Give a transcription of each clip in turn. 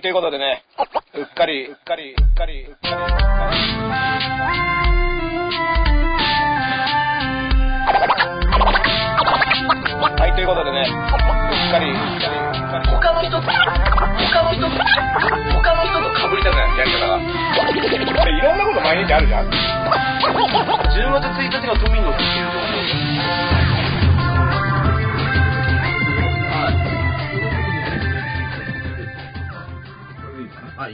ということでね、うっかり、うっかり、うっかり、うっかりうっかり。はい、ということでね、うっかり、うっかり、うっかり。他の人と、他の人と、他の人と被りたくない、やり方が。これいろんなこと毎日あるじゃん。 10月1日が都民の日っていうところはい、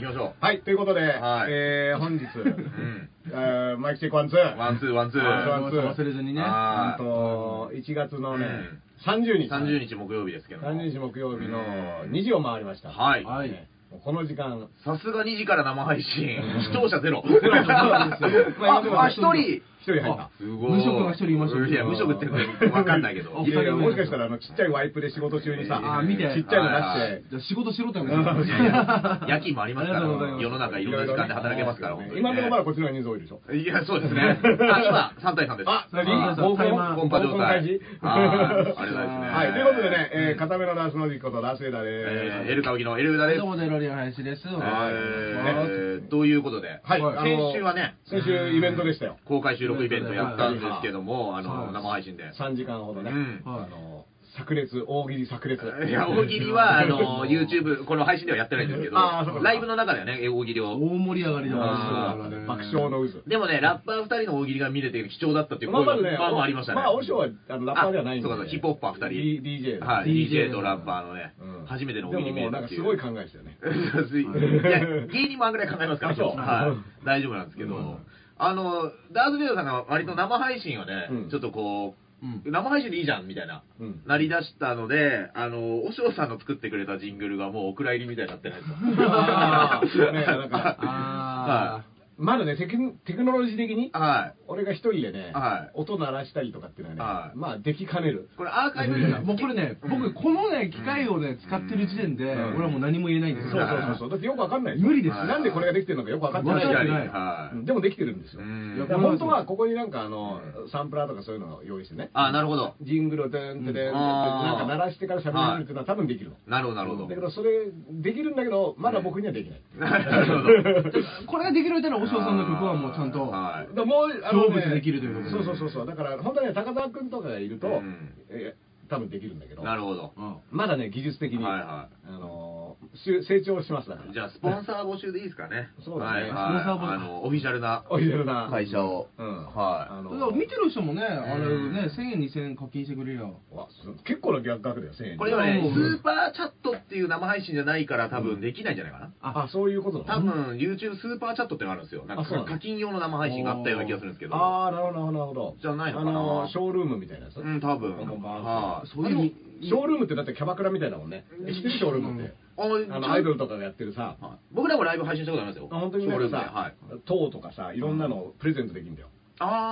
行きましょはい、ということで、はいえー、本日、う。うん。えーマイキチェックワンツー、ワンツー、ワンツー。ワンツー忘れずにね。なんはと、1月のね、うん30い。日、 30日木曜日ですけども。 30日木曜日のうん2時を回りました。はい。はい。もうこの時間、さすが2時から生配信うん、視聴者ゼロ。なんですよまああ、あ一人。一人入った。すごい。無職が一人いましたけどいや、無職ってわかんないけど。あいやいや、お二人目もしかしたら、あの、ちっちゃいワイプで仕事中にさ、あ見てちっちゃいのはいは出して、じゃあ仕事しろって話ういんやい や夜勤もありますかあら、りがとうございます世の中いろんな時間で働けますから、本当にね。今のところまだこっちの方が人数多いでしょ。いや、そう ですね。あ、今、3対3です。あ、何あ合コン合コンパ状態合コン開始あーありがたいですねはい、ということでね、えー、片目のラスノジことラスエダです。えーエルカブキのエルウダです。どうも、デロリア林です。お願いしえーということで、はい、はいあの先週はね先週イベントでしたよ。公開収録イベントやったんですけども、あはの、い生配信で。 3時間ほどね、うんあの、炸裂、大喜利炸裂。いや、大喜利は、あの、YouTube、この配信ではやってないんですけどあーそうか、ライブの中ではね、大喜利ますを。大盛り上がりの話だからね。爆笑の渦。でもね、ラッパー2人の大喜利が見れて貴重だったっていうまあ声まもあね、まあまあありましたね。まあ、オショはあのラッパーではないんあで、そうかそうヒップホッパー二人 D- DJ だはい、 DJ DJ とラッパーのね、初めての大喜利でもも見れたうなんかってすいう。ごい考えですよね。 いや芸人もあんぐらい考えますから、あそうはい、大丈夫なんですけど、あの、ダーズ・ベイダーさんが割と生配信をね、うんちょっとこうんう、生配信でいいじゃんみたいな、 うんなりだしたので、あの、おしょうさんの作ってくれたジングルがもうお蔵入りみたいになってないですか。あーねなんかあまだねテク、テクノロジー的に、はい。俺が一人でね、はい音鳴らしたりとかっていうのははね、いまあ、できかねる。これアーカイブあ。ももうこれね、僕、このね、機械をね、使ってる時点で、俺はもう何も言えないんですそうよ。そうそうそう。だってよくわかんないしょ無理ですなんでこれができてるのかよくわかんう、ないわかんないはうんい。でもできてるんですよ。うんだから本当はここになんかあの、サンプラーとかそういうのを用意してね。あ、なるほど。ジングルをてんてれんってうんなんか鳴らしてから喋れるっていうのは多分できるの。なるほど、なるほどだけ。どそれできるんだけど、まだ僕にはできない。なるほど。これができるようになら、おしょうさんの曲はもうちゃんと。はい だからもうあのね勝負できるということそうでそうそうそうだから本当にね高田君とかがいると、うんえ多分できるんだけどなるほど。まだね技術的に、はいはあのーしゅ成長しますだから。じゃあ、スポンサー募集でいいですかねそうだねはいはい、スポンサー募集あの、オフィシャルなオリジナルな会社を。うんあはだからの見てる人もね、あれね、1000円、2000円課金してくれりゃ。わす結構な額だよ1000円い。これはうねん、スーパーチャットっていう生配信じゃないから多分できないんじゃないかな。あそういうことだ多分 YouTube スーパーチャットってのがあるんですよ。なんあそうなかの課金用の生配信があったような気がするんですけど。ああなるほどなるほどじゃないのかあなのーショールームみたいなやつ、うん、多分。ここもはい。そういう、ショールームってだってキャバクラみたいだもんね知ってるショールームって、ああちのゃんアイドルとかがやってるさ、はい僕らもライブ配信したことありますよ。あ本当になんショールーかムでさ、はい。塔とかさいろんなのをプレゼントできるんだよ、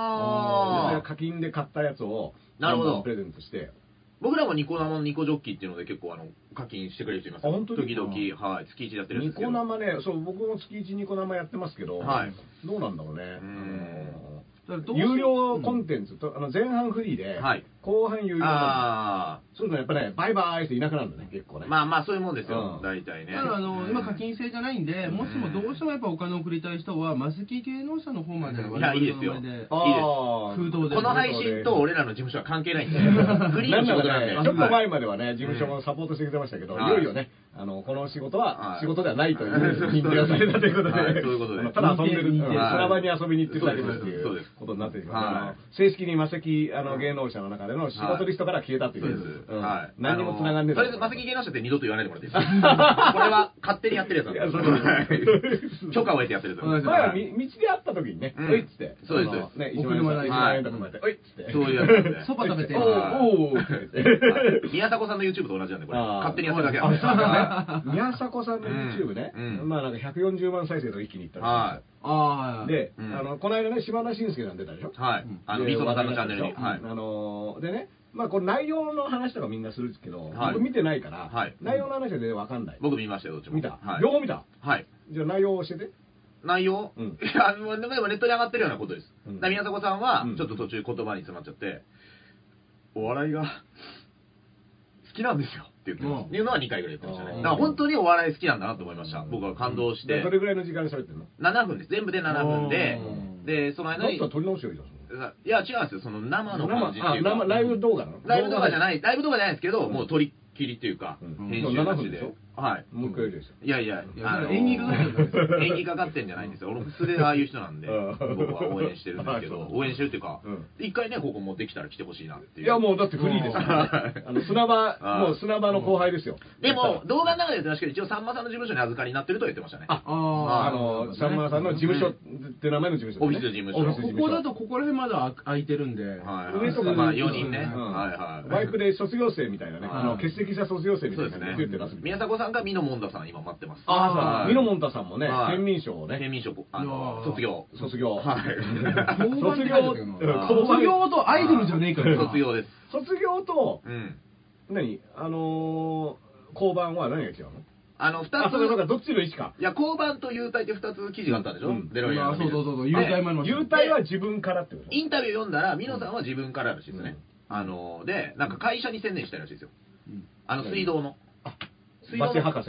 あそれがあ。課金で買ったやつをなるほどどんどんプレゼントして僕らもニコ生のニコジョッキっていうので結構あの課金してくれる人いますよあ本当に時々、はい。月1でやってるんでニすけど。コ生ねそう僕も月1ニコ生やってますけど、はいどうなんだろうねんだからあのどうし有料コンテンツとあの前半フリーで、はい後半有料コンテンツあそういうのやっぱねバイバイっていなくなるんだね結構あ。ねまあまあ、そういうもんですうよん。大体ね。だからあの、うん今課金制じゃないんで、もしもどうしてもやっぱお金を送りたい人は、マスキ芸能者の方までいやいいですよ我々の名前であーいいです空洞でこの配信と俺らの事務所は関係ないんで、フリーなのん仕な事らなんでね、ちょっ。と前まではね、事務所もサポートしてくれましたけど、うんいよいよね、あの、この仕事ははい仕事ではないといはいう認定がされたということで、はいそういうことで あのただ遊んでる、う認ん定認定その場に遊びに行ってるだけですっていそうでうすことになっていますはいあの。正式にマセキ、あの、芸能者の中での仕事リストから消えたといそうでう。す。うんはい。何にも繋がんねえとりあえず、マセ キ芸能者って二度と言わないでもらっていいですかこれは勝手にやってるやつなんです はい許可を得てやってるやつなんです前ははいみ道で会った時にね、うんおいっつって、そうですあのね、お1万車代円1万円とかもらって、おいっつって。そういうやつなんで。そば食べておはういおうおうはい宮迫さんの YouTube と同じなんで、これ。あー勝手にやってるだけあなんで。そうはだね宮迫さんの YouTube ね、うんうんまあなんか140万再生と一気にいっいたらしいんですよはああ、はい。で、うんあのこの間ね、島田紳介が出たでしょい。、はい。あの、でみそばさんのチャンネルに。話は題いに。なったでしょあのーでね、まあ、これ内容の話とかみんなするけど、はい僕見てないから、はい内容の話は全然わかんない。僕見ましたよ、どっちも。見た、はい両。方見た。はい。じゃあ内容を教えて。内容、うんいや、あの、でもネットに上がってるようなことです。うんだから宮迫さんはうん、ちょっと途中言葉に詰まっちゃって、お笑いが、好きなんですよ。言ってまうす。んっていうのは2回ぐらい言ってましたね。うんだから本当にお笑い好きなんだなと思いました。僕は感動しでてど。れぐらいの時間で喋ってんの7分です。全部で7分でうん、で、そのだった間らに、撮り直してよいいじゃんいや、違うんですよ。その生の感じってあいうか。生ライブ動画なのライブ動画じゃないい、ライブ動画じゃないですけど、うんもう取りっきりというか、うん編集な7し分でしでょ。はい。もう一回やるでしょいやいやい、や演技かかってるんですよ演技かかってんじゃないんですよ。俺も素でああいう人なんで、うん僕は応援してるんですけど、あそう応援してるっていうかうん、一回ね、ここ持ってきたら来てほしいなっていう。いやもうだってフリーですよ あの砂場あもう砂場の後輩ですよ でも、動画の中で言ってましたけど、一応さんまさんの事務所に預かりになってるとは言ってましたね。あああのさんまさんの事務所って名前の事務所オフィス事務所オフィス事こ務所こだとここら辺まだ空いてるんで、はい上とかまあ4人ね。うはいんはい。バイクで卒業生みたいなね、はいあの欠席した卒業生みたそうですいなねね言ってます。宮迫さんか美濃もんださん今待ってます。ああ、はいミノモンタさんもね、はい県民賞を県ね、民賞、あいやのー卒業。卒業。 はい。卒業卒業、うん卒業とアイドルじゃねえからな卒業です。卒業と、うん。何あのー、交番は何が違うのあの、二つ。あ、そうかそうか、どっちの位置か。いや、交番と優待って二つ記事があったんでしょ、うんデロリアンの記そう事そうそうそう、優待もありました幽体は自分からってことインタビュー読んだら、ミノさんは自分かららしいですね。あの、で、なんか会社に専念したいらしいですよ。うんあの、水道の。水道バの。チ博士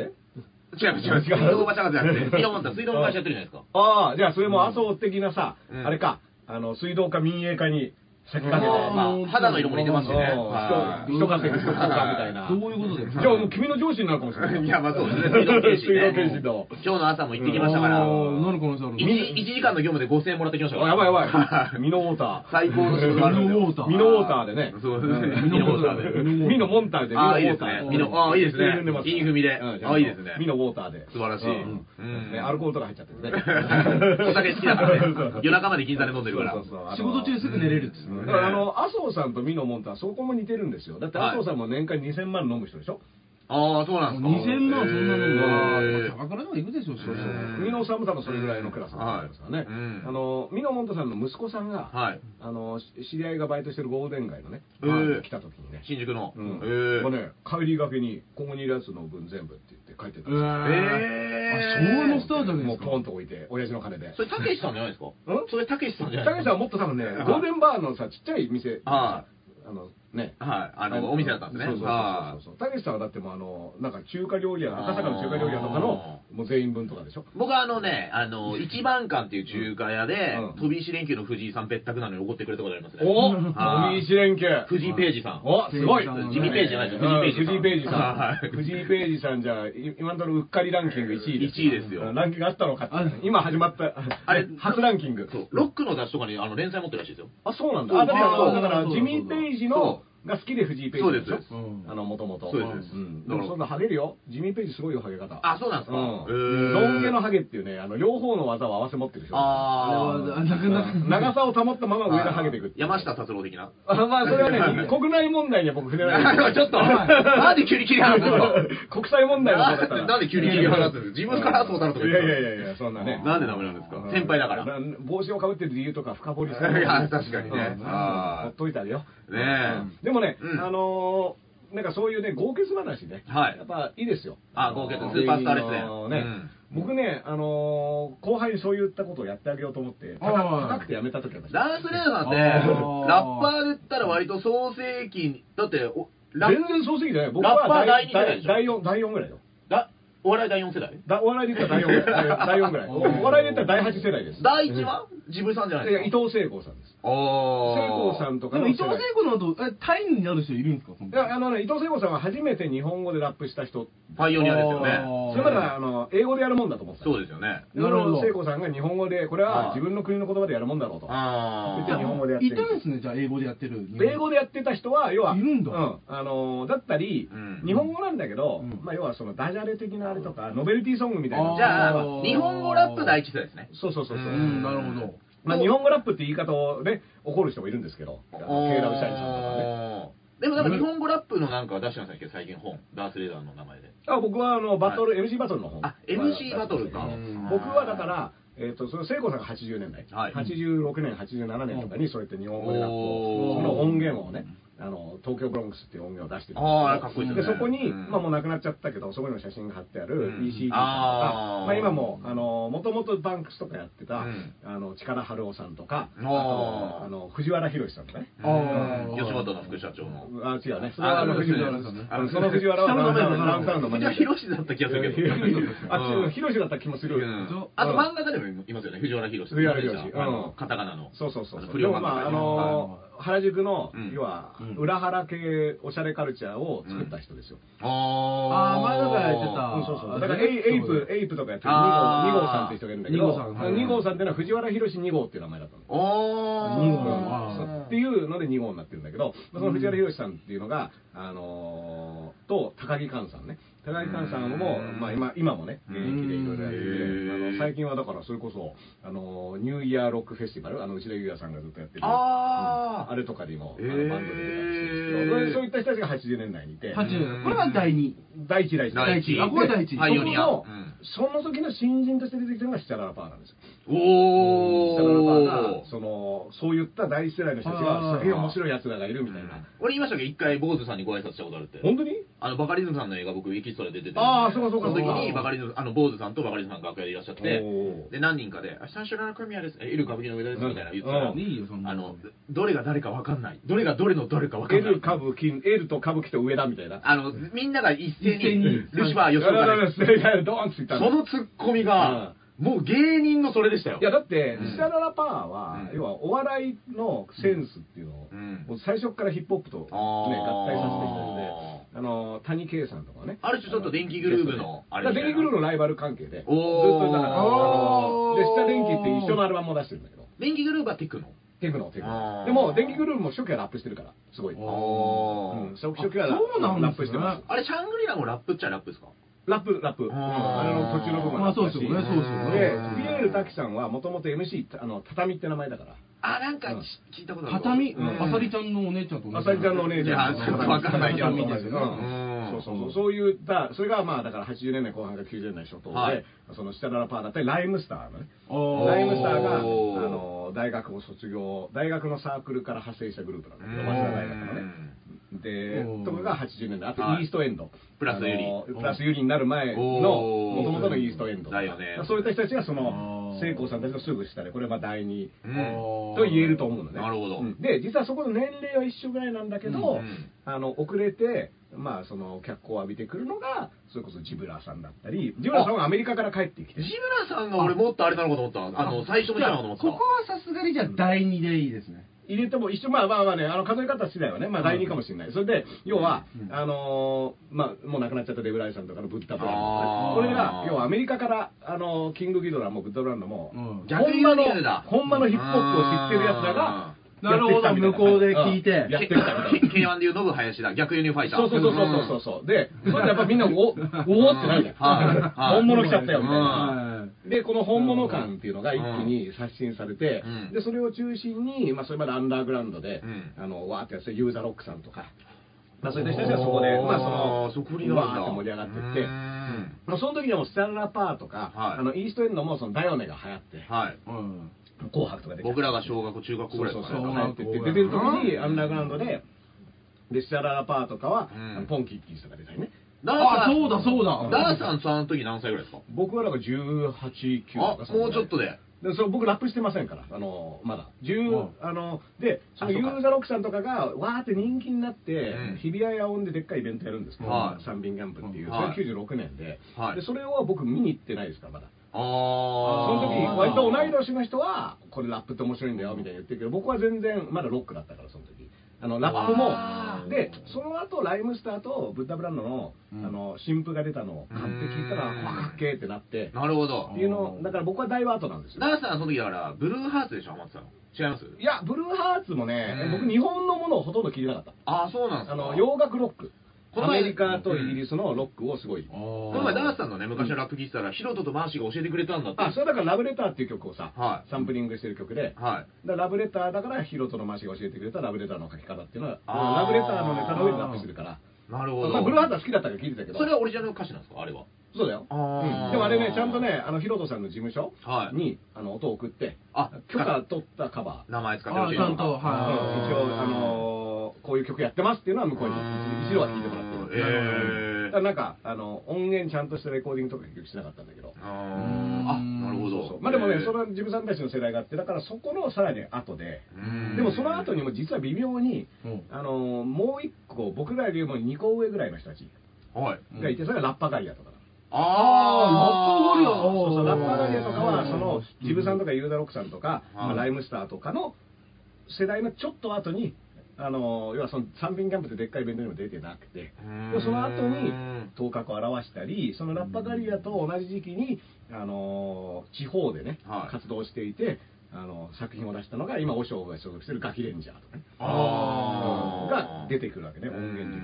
士違う違う違う。水道バチ博士じゃなくて、ミノモンタ水道の会社やってるじゃないですか。ああ、じゃあそれも麻生的なさ、うんあれか、あの、水道か民営化に先駆けて、うんまあ、肌の色も似てますしね。あはあい人人稼ぎとかみたいな。どういうことでじすかゃあもう君の上司になるかもしれない。いや、まあそうですね。水道検診ね。水道検今日の朝も行ってきましたから。おーなる可能性ある一一時間の業務で5000円もらってきまし診たの。かあ、ら。やばいやばい。ミノウォーター。 最高の仕事があるんですよ。ミミノウォノウォーターーターでね。そうですね。ミミノノウウォォーータターでーで。ミノモンターで。ああ、いいですね。ミノ、ああ、いいですね。いい組で。ああ、いいですね。ミノウォーターで。素晴らしい。うんねアルコールとか入っちゃってるね。 お酒好きだからね。夜中まで銀座で飲んでるから。そうそうそうあの仕事中すぐ寝れるっつうだのかねらあの、麻生さんとミノモンター、そこも似てるんですよ。だって麻生さんも年間2000万飲む人でしょああ、そうなんですか。 2000万そんなのへが、ーキャバクラとか行くでしょ、そそうれんミノさんも多分それぐらいのクラスなんですからね。はいうんあの、ミノモンタさんの息子さんが、はいあの、し知り合いがバイトしてるゴールデン街のね、へーバーに来た時にね、新宿の。うんへーまあね、帰りがけに、ここにいるやつの分全部って言って書いてたんですよえーあ、昭和のスターだね。もうポンと置いて、親父の金で。それ、たけしさんじゃないですかそれ、たけしさんじゃたなけいしさんはもっと多分ね、ゴールデンバーのさ、ちっちゃい店でさはあの、ね。はい。あの、お店だったんですね。そうそうはそうそう。たけしさんはだってもうあの、なんか中華料理屋、赤坂の中華料理屋とかの、もう全員分とかでしょ。い僕はあのね、あの、一番館っていう中華屋でうん、飛び石連休の藤井さん別宅なのに怒ってくれたことありますね。おはい一連携。藤井ページさん。おすごいページさんジミーページじゃないですようん藤井ページさん藤井ページさん。藤井ページさんじゃ、い今のところうっかりランキング1位です。 1位ですよランキングあったのかってあ今始まった、あれ初ランキング。そうロックの雑誌とかにあの連載持ってるらしいですよ。あ、そうなんだ。そうあ、だからそうだから、そうジミー・ペイジそ、のが好きで藤井ペイジそうですしょうんあの、もともと。そうですんでだからもそんなハゲるよ。ジミー・ペイジすごいよ、ハゲ方。あ、そうなんですか。うん。へーロン毛のハゲっていうね、あの、両方の技を合わせ持ってるでしょ。あーあれはなかなかうん長さを保ったまま上がハゲていくっていう山下達郎的な。あまあ、それはね、国内問題には僕触れない です。ちょっと、なんで急に切り離すの 国際問題の方だったら。なんで急に切り離すの自分からそうなるとかい言っやてたいやいやいや、そんなね。なんでダメなんですか先輩だから。な帽子をかぶってる理由とか深掘りすいる。や確かにねうんあーほっといてあげよう。ねえうんでもね、うんあのー、なんかそういうね、豪傑話ね。はいやっぱいいですよ。あ豪傑スーパースターですねあのーねうん僕ね、あのー、後輩にそういったことをやってあげようと思って、高あ高ーくてやめた時あったしダンスレーダーって、あラーッパーで言ったら割と創世期、だって、おラ全然そうすぎじゃない。僕ラッパはー第二ぐらい第でしょ第4、第四ぐらいよ。だお笑い第4世代だお笑いで言ったら第4ぐらい。第4ぐらい。おーお笑いで言ったら第8世代です。第1はジブさんじゃないいやです伊か。藤聖子さんです。お聖子さんとかでのも伊世代藤聖子の後、えタイになる人いるんですか、そのいやあのね、伊藤聖子さんは初めて日本語でラップした人。パイオニアですよあーね。それまではあの英語でやるもんだと思ってた。そうですよね。なるなるほほど。ど聖子さんが日本語で、これはあー自分の国の言葉でやるもんだろうと。あじゃあ日本語でやってるいたんですね、じゃあ英語でやってる。英語でやってた人は、要は、いるんだうあの、だったりうん、日本語なんだけどうん、まあ要はそのダジャレ的なあれとか、ノベルティソングみたいな。じゃああー、日本語ラップ第一世代ですね。そうそうそうそうう。ん、なるほど。まあ日本語ラップって言い方をね、怒る人もいるんですけど、あのケイラブシャリさんとかね。でもなんか日本語ラップのなんか出してましたっけ最近本。ダースレーダーの名前で。あ僕はあのバトル、MC バトルの方あ MC バトルかうん僕はだから、えー、とその聖子さんが80年代、はい86年87年とかにそうやって日本語でラップおーをその音源をねあの東京ブロンクスっていう音源を出してるんですけどああ、かっこいいでですそね。こに、うんまあもうなくなっちゃったけど、そこにも写真が貼ってあうんる ECD さあーんとか、まあ今も、あの、もともとバンクスとかやってた、うんあの、力春夫さんとか、ああーと、あの、藤原宏さんとかね。あー吉本の副社長の。あ、違うね。それはあの、あ藤原そうですねあのその藤原は下の名前ダウンタウンダウンタウンだのマ藤ネー原ジャー宏だった気がするけど。あっちうのん広志だった気もする。うんあと漫画家でもいますよね、藤原宏藤原宏あのうんカタカナの。そうそうそうあのそ不う。で良も漫まあ、あ画のー原宿の、うん要はうん、裏原系おしゃれカルチャーを作った人ですよ。家。ああー前だからやってたうんそうそう。だからエイ、エイプ、エイプとかやってるあー2号、二号さんって人がいるんだけど、二号さんはい2号さんっていうのは藤原宏2号っていう名前だったの。おお。二号あそうーっていうので2号になってるんだけど、まあその藤原宏さんっていうのが、あのーと高木寛さんね高木寛さんも、うんまあ、今今もね現役でいろいろやってうんてあの最近はだからそれこそ、あのーニューイヤーロックフェスティバルあの内田裕也さんがずっとやってるあーうんあれとかにもあのへーバンドで出たりしてるんですけどそういった人たちが80年代にいて八十これが第二。第一第一第一であこれ第一そパイオニアのうんその時の新人として出てきたのがシチャララパーなんですよお下のおパーがそのそういった第一世代の人たちあがーすげえ面白いやつらがいるみたいな、俺言いましたっけど、一回坊主さんにご挨拶したことあるって。本当にあのバカリズムさんの映画、僕、エキストラで出てて、あーそうかそうかその時にそうかバカリズム、あの坊主さんとバカリズムさんが楽屋でいらっしゃってお、ーで何人かで、あ久しぶりの組合です、えいる歌舞伎の上田ですみたいなの言ってたらうん、いいよそんなあののどれが誰か分かんない、どれがどれのどれか分かん L ない、歌舞伎、L と歌舞伎と上だみたいな。あのみんなが一斉一斉に、に吉羽、いや吉岡です、いやいやドーンって言っ たそのツッコミが、もう芸人のそれでしたよい。やだってうん、シタララパーは、うん要はお笑いのセンスっていうのを、うんもう最初からヒップホップと、ね、あー合体させてきたんで、あの谷圭さんとかね。ある種ちょっと電気グルーヴのあれみたいな電気グルーヴのライバル関係で、ずっおーとだから、あので、シタ電気っておー一緒のアルバムも出してるんだけど、電気グループはテクノ。テクノ、テクあーノ。でも、電気グルーヴも初期はラップしてるから、すごい。うん、あ初期はあそうなんですねラップしてます。あれ、シャングリラもラップっちゃラップですかラップ、ラップ。あーあれの途中の部分まあラップそうだですしよね、そうですよんでね。、ピエール滝さんはもともと MC、あの、畳って名前だから。あ、なんかうんち聞いたことある。畳、うんあさりちゃんのお姉ちゃんと同じ。あさりちゃんのお姉ちゃん。いやちょっとわかんないけど畳ですようんそうそうそう。そういった、それがまあだから80年代後半から90年代初頭で、はいそのシタララパーだったり、ライムスターのね。おーライムスターが、あおーの、大学を卒業、大学のサークルから派生したグループなんだけど、うん早稲田大学のね。でおー、とかが80年代。あとはいイーストエンド。プラスユリあのプラスユリになる前の、おーもともとのイーストエンド。だよねそういった人たちがそのあ、ー聖光さんたちのすぐ下で、これはまあ第二うんと言えると思うのね。なるほどうんで、実はそこの年齢は一緒ぐらいなんだけうど、んうんあの、遅れて、まあ、その、脚光を浴びてくるのが、それこそジブラさんだったり、ジブラさんはアメリカから帰ってきジ、てムラさんが俺もっとあれなのかと思った。あの、最初の人なのかと思った。ここはさすがにじゃあ第二でいいですね。入れても一緒、まあまあまあね、あの、数え方次第はね、まあ、第二かもしれない。それで、要は、うんあのーまあ、もう亡くなっちゃったデブライさんとかのブッダブランあードとかね、これが、要はアメリカから、あのーキングギドラもブッダブランドも、うん逆に本場言うてたの、本場のヒップホップを知ってる奴らが、なるほどやってきたみたい向こうで聞いてうんやってきたみたいな。 K1 でいうノブ林だ。逆輸入ファイター。そうそうそうそうそうそう。で、まずやっぱみんな、お、おーってなるはじいゃん。はい本物来ちゃったよ、みたいな。はで、この本物感っていうのが一気に刷新されてうん、で、それを中心に、まあ、それまでアンダーグラウンドでうん、あの、わーってやってたユーザーロックさんとか、まあ、そういった人たちがそこで、おーまあ、その、そこになるんだわーって盛り上がってっうてーん、まあ、その時でもスタンラパーとか、はいあの、イーストエンドもそのダヨネが流行って、はい。い。うん紅白とかで。僕らが小学校、中学校ぐらいそでうすそかうねそそうう多分って言って出てる時にアンダーグラウンドででシャララパーとかは、うんあのポンキッキーズとか出たりねダあ、ーそうだそうだ。ダーさん、その時何歳ぐらいですか僕はだから189あ、もうちょっとで。でそう僕ラップしてませんからあのまだ10、うんあのでそのあそユうかーザロックさんとかがわーって人気になって、うん日比谷野音ででっかいイベントやるんですけど、はい三瓶ギャンプっていう、はいそれ96年で,、はいでそれを僕見に行ってないですからまだああ。その時割と同い年の人はこれラップって面白いんだよみたいに言ってるけど僕は全然まだロックだったからその時あのラップあもーでその後ライムスターとブッダブランドの,、うんあの新譜が出たのを買って聞いたらうんわあかっけえってなってなるほどって。いうのだから僕はダイワートなんですよダーさんはその時だから、ブルーハーツでしょ、ハマってたの。違いますいやブルーハーツもねうん僕日本のものをほとんど聞いてなかったああ、そうなんですか。あの洋楽ロックこのア前メリカとイギリスのロックをすごいこの前、ダースさん。んのね、昔のラップ聞いてたら、ヒロトとマーシーが教えてくれたんだって。あそれだから「ラブレター」っていう曲をさ、はいサンプリングしてる曲で、はい。だからラブレターだからヒロトのマシが教えてくれたラブレターの書き方っていうのはあーラブレターのネタの上にラップするからなるほまど。あ、ブルーハーツは好きだったから聞いてたけどそれはオリジナルの歌詞なんですかあれは。そうだよ、あうーん、でもあれねちゃんとねあのヒロトさんの事務所はいに、あの音を送ってあ許可取ったカバー、名前使ってほしいあちゃんとうはいん一応あのーこういう曲やってますっていうのは向こうに一度は聞いてもらってるえだからなんかあの音源ちゃんとしたレコーディングとか結局しなかったんだけどあーあなるほそうどそうまあでもえねーそれはジムさんたちの世代があってだからそこのさらに後でうんでもその後にも実は微妙にうんあのもう一個僕らよりも2個上ぐらいの人たちはいがいてそれがラッパガリアとかだあーラッパゴリラそうそうラッパガリアとかはうんそのジブさんとかユーダロックさんとか、うんまあライムスターとかの世代のちょっと後にあの要はその三品キャンプってでっかいイベントにも出てなくてうんでその後に頭角を現したりそのラッパガリアと同じ時期にあの地方でね、はい活動していてあの作品を出したのが今和尚が所属してるガキレンジャーとかねあーが出てくるわけね音源的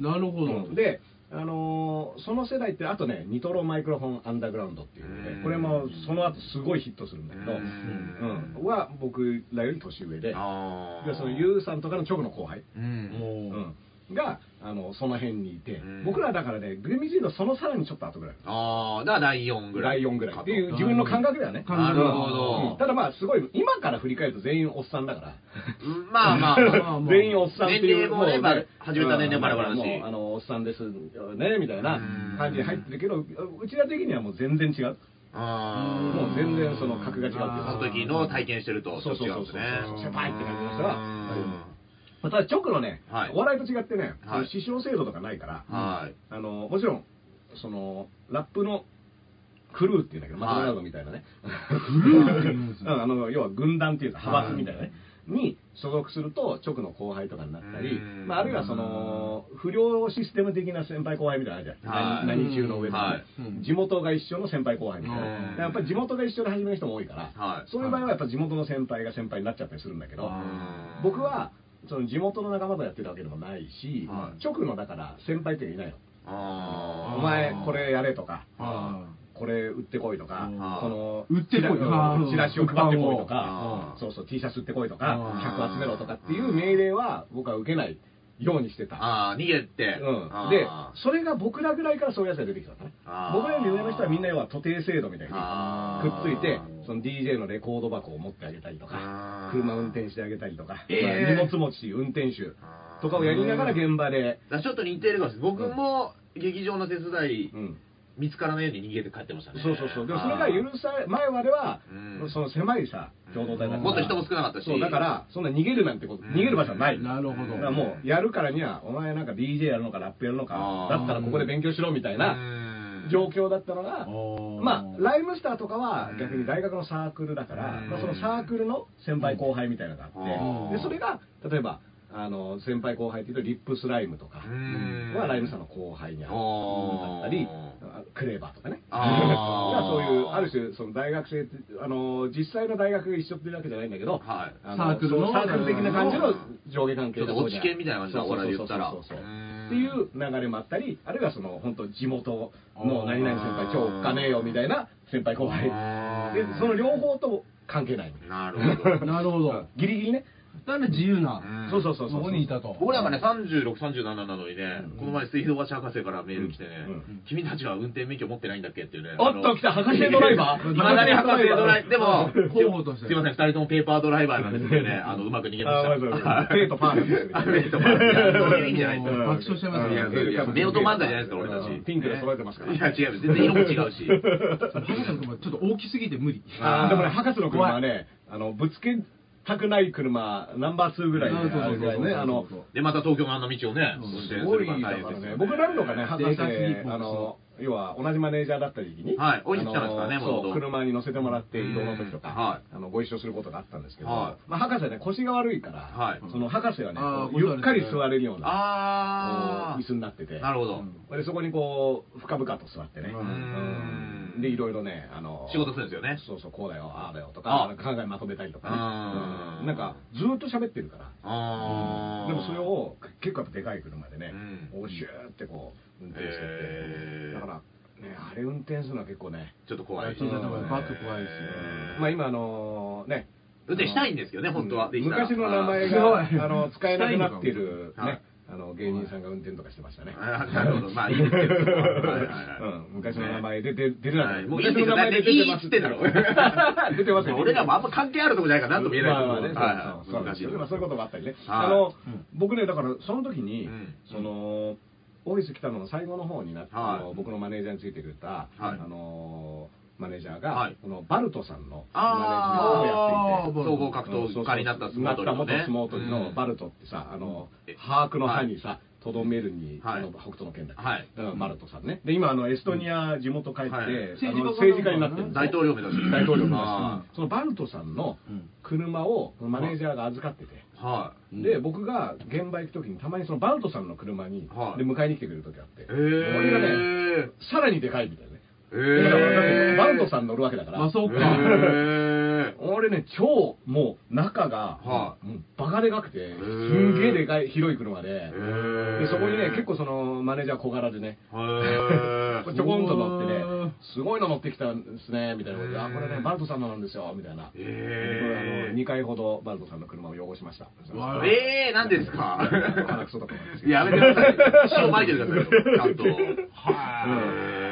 には。なるほど。で、あのーその世代ってあとねニトロマイクロフォンアンダーグラウンドっていうので、うんこれもその後すごいヒットするんだけど、うんうんは僕らより年上であでそのう YOU さんとかの直の後輩、うんもうんがあのその辺にいて、うん僕らだからねグルミジーのそのさらにちょっと後ぐらいああだから第4ぐらい第4ぐらいってかいうと自分の感覚だよねなるほどうんただまあすごい今から振り返ると全員おっさんだからとうんまあまあまあまあまあ 全員おっさんってい年齢うもねうバレ始めた年齢もバレバレだしもうあのおっさんですよねみたいなうん感じに入ってるけどうちら的にはもう全然違うあーもう全然その格が違うっていうあかその時の体験してるとそうそうそうちそょうっと違うんですねシャバいって感じの人はうんまあただ直のね、はいお笑いと違ってね、はい師匠制度とかないから、はいあのもちろんそのラップのクルーっていうんだけど、はいマクドナルドみたいなね、ルー うんあの要は軍団っていうかはい派閥みたいなね、に所属すると直の後輩とかになったり、うんまあ、あるいはその不良システム的な先輩後輩みたいなのあるじゃん、はい何何中の上で、はいうん地元が一緒の先輩後輩みたいうんな、やっぱり地元が一緒で始める人も多いから、はいそういう場合はやっぱ地元の先輩が先輩になっちゃったりするんだけうど、ん僕はその地元の仲間とやってたわけでもないし、はい直のだから先輩っていうのいないの。あーお前これやれとかあこれ売ってこいとかあーこの売ってこいチあラーチラシを配ってこいとあかーそうそう T シャツ売ってこいとかあー客集めろとかっていう命令は僕は受けないようにしてた、ああ逃げうて、ん、であーそれが僕らぐらいからそういうやつが出てきたのねあー僕らより上の人はみんな要は徒弟制度みたいにあくーっついてその DJ のレコード箱を持ってあげたりとあかー車運転してあげたりとか、えーまあ荷物持ち運転手とかをやりながら現場で、だからちょっと似てるかもしれない僕も劇場の手伝い、うん、見つからないように逃げて帰ってましたねそうそうそう。でもそれが許され、前まではうん、その狭いさ、共同体だから。もっと人も少なかったしそう、だから、そんな逃げるなんてこと、うん逃げる場所はなあい。なるほだど。からもう、やるからには、お前なんか DJ やるのか、ラップやるのかあ、ーだったらここで勉強しろみたいなな状況だったのが、おーまあ、ライムスターとかは逆に大学のサークルだから、うんまあ、そのサークルの先輩後輩みたいなのがあって、うんでそれが、例えば、あの先輩後輩っていうと、リップスライムとかはライムスターの後輩にあったりう、クレーバーとかね。 があーそういうある種その大学生ってあの実際の大学が一緒っていうわけじゃないんだけはど、いあサークルのそうサークル的な感じの上下関ちょ係っと落ち見みたいな感じだそうそう俺で言ったらそうそうそうそううんっていう流れもあったりあるいはその本当地元の何々先輩超おっかねえよみたいな先輩後輩あでーその両方と関係ないなるほ どなるほど。ギリギリねだから自由な。うんそうそうそうそうそこにいたと。僕らがね、3637なのにね、この前、水道橋博士からメール来てね、うんう君たちは運転免許持ってないんだっけっていうね、おっと来た博士ドライ バーいまだに博士ドライバー、で も、候補としてすいません、二人ともペーパードライバーなんですけどね、あのうまく逃げまあーごめんし なさた。いペーとパーなんですけどあ ペーとパーいやそういう意味じゃないですもうよ。爆笑しちゃいますいやよい。やいや夫婦漫才じゃないですから俺たちピンクで揃えてますからいや、違うよ、全然色も違うし。 ハゲさんの車ちょっと大きすぎて無理。あーでもね、博士の車は怖いね、あのぶつけたくない車、ナンバー2ぐらいうんそうそうそうあれぐらいね、あの、で、また東京のあの道をね、運転すすごるいだのかが大ら変ですねよ、僕何度かね、博で士、かすぎあの、要は同じマネージャーだった時期に、はいおいで来たんですからねあの元そう、々車に乗せてもらって移動の時とうんはかい、あのご一緒することがあったんですけど、はまいあ博士はね、腰が悪いかはらい、その博士はねあー、こうゆっかり腰悪いですね座れるようなあこう椅子ー、になってて、なるほど。でそこにこう、深々と座ってね、うんうんで、いろいろね、あの、仕事するんですよね。そうそう、こうだよ、ああだよとあか、考えまとめたりとかねあーうんなんか、ずーっと喋ってるから。あー。でもそれを結構やっぱでかい車でねうん、おシューってこう運転してへて、ーだからね、あれ運転するのは結構ね、ちょっと怖い。小さいところでバック怖いしうんまあ今、あのね、運転したいんですけどね、本当は。うんできたら昔の名前すごがいあの使えなくなってるはいね、あの芸人さんが運転とかしてましたね。あーなるほどまあいいですけどはいはいはいううん昔の名前で出て出るはいもういいですよだっていいっつってんだろ 出てますよ俺らもあんま関係あるとこじゃないからなんとも言えないまあまあけねどそうそうはいはい難しいそうまあそういうこともあったりね。はいあのうん僕ねだからその時にうんそのオフィス来たのの最後の方になってはいあの僕のマネージャーについてくれたあはいのマネージャーはがいそのバルトさんのマネージメントをやっていあてあ。総合格闘家になった相撲取りのなっねた元相撲取りのうんバルトってさ、あのえ、把握の歯にさ、とどめるに、はいあの北斗の県だっけはいうんバルトさんね。で、今、あの、エストニア地元帰って、はいあの政治家かな政治家になってるんですね大統領目指して大統領目指あして。そのバルトさんのうん車を、マネージャーが預かってて。はうんで、僕が現場行くときに、たまにそのバルトさんの車に、はいで、迎えに来てくれるときあって、いへこれがね、えさらにでかいみたいなね。だからだってえバルトさんん乗るわけだから、まあそうかへー俺ね、超、もう、中が、はもうバカでかくて、すーんげえでかい、広い車で、へでーそこにね、結構その、マネージャー小柄でね、へーちょこんと乗ってうわーね、すごいの乗ってきたんですね、みたいなことで、へーあ、これね、バルトさんのなんですよ、みたいな。これあえの2回ほどバルトさんの車を汚しました。わーえー、なんですか鼻くそだ と思いますけどやめてください。塩撒いてくださいよ、ちゃんと。うんは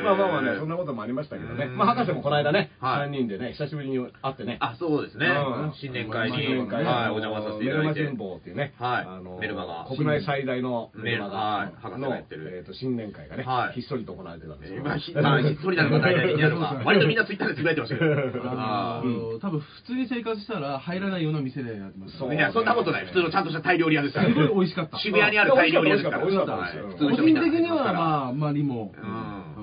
まあまあまあね、そんなこともありましたけどね。うんまあ博士もこの間ね、はい3人でね、久しぶりに会ってね。あ、そうですねうん。新年会に、新年会はい、お邪魔させていただいて。メルマ新報っていうね、はいあのメルマガ国内最大のメルマはいガ博士の、がやってるえーと新年会がね、はいひっそりと行われてたんですよ。今、ひまあひっそりなのか大体的なのか、割とみんなツイッターでつぶやいてました けど。ああーの多分普通に生活したら入らないような店でやってますそういや、そんなことない。普通のちゃんとしたタイ料理屋ですから。すごい美味しかった渋谷にあるタイ料理屋ですから。美味しかった美味しかったはい普通個の人人的みんな入ってにますかはらまああんまりもううん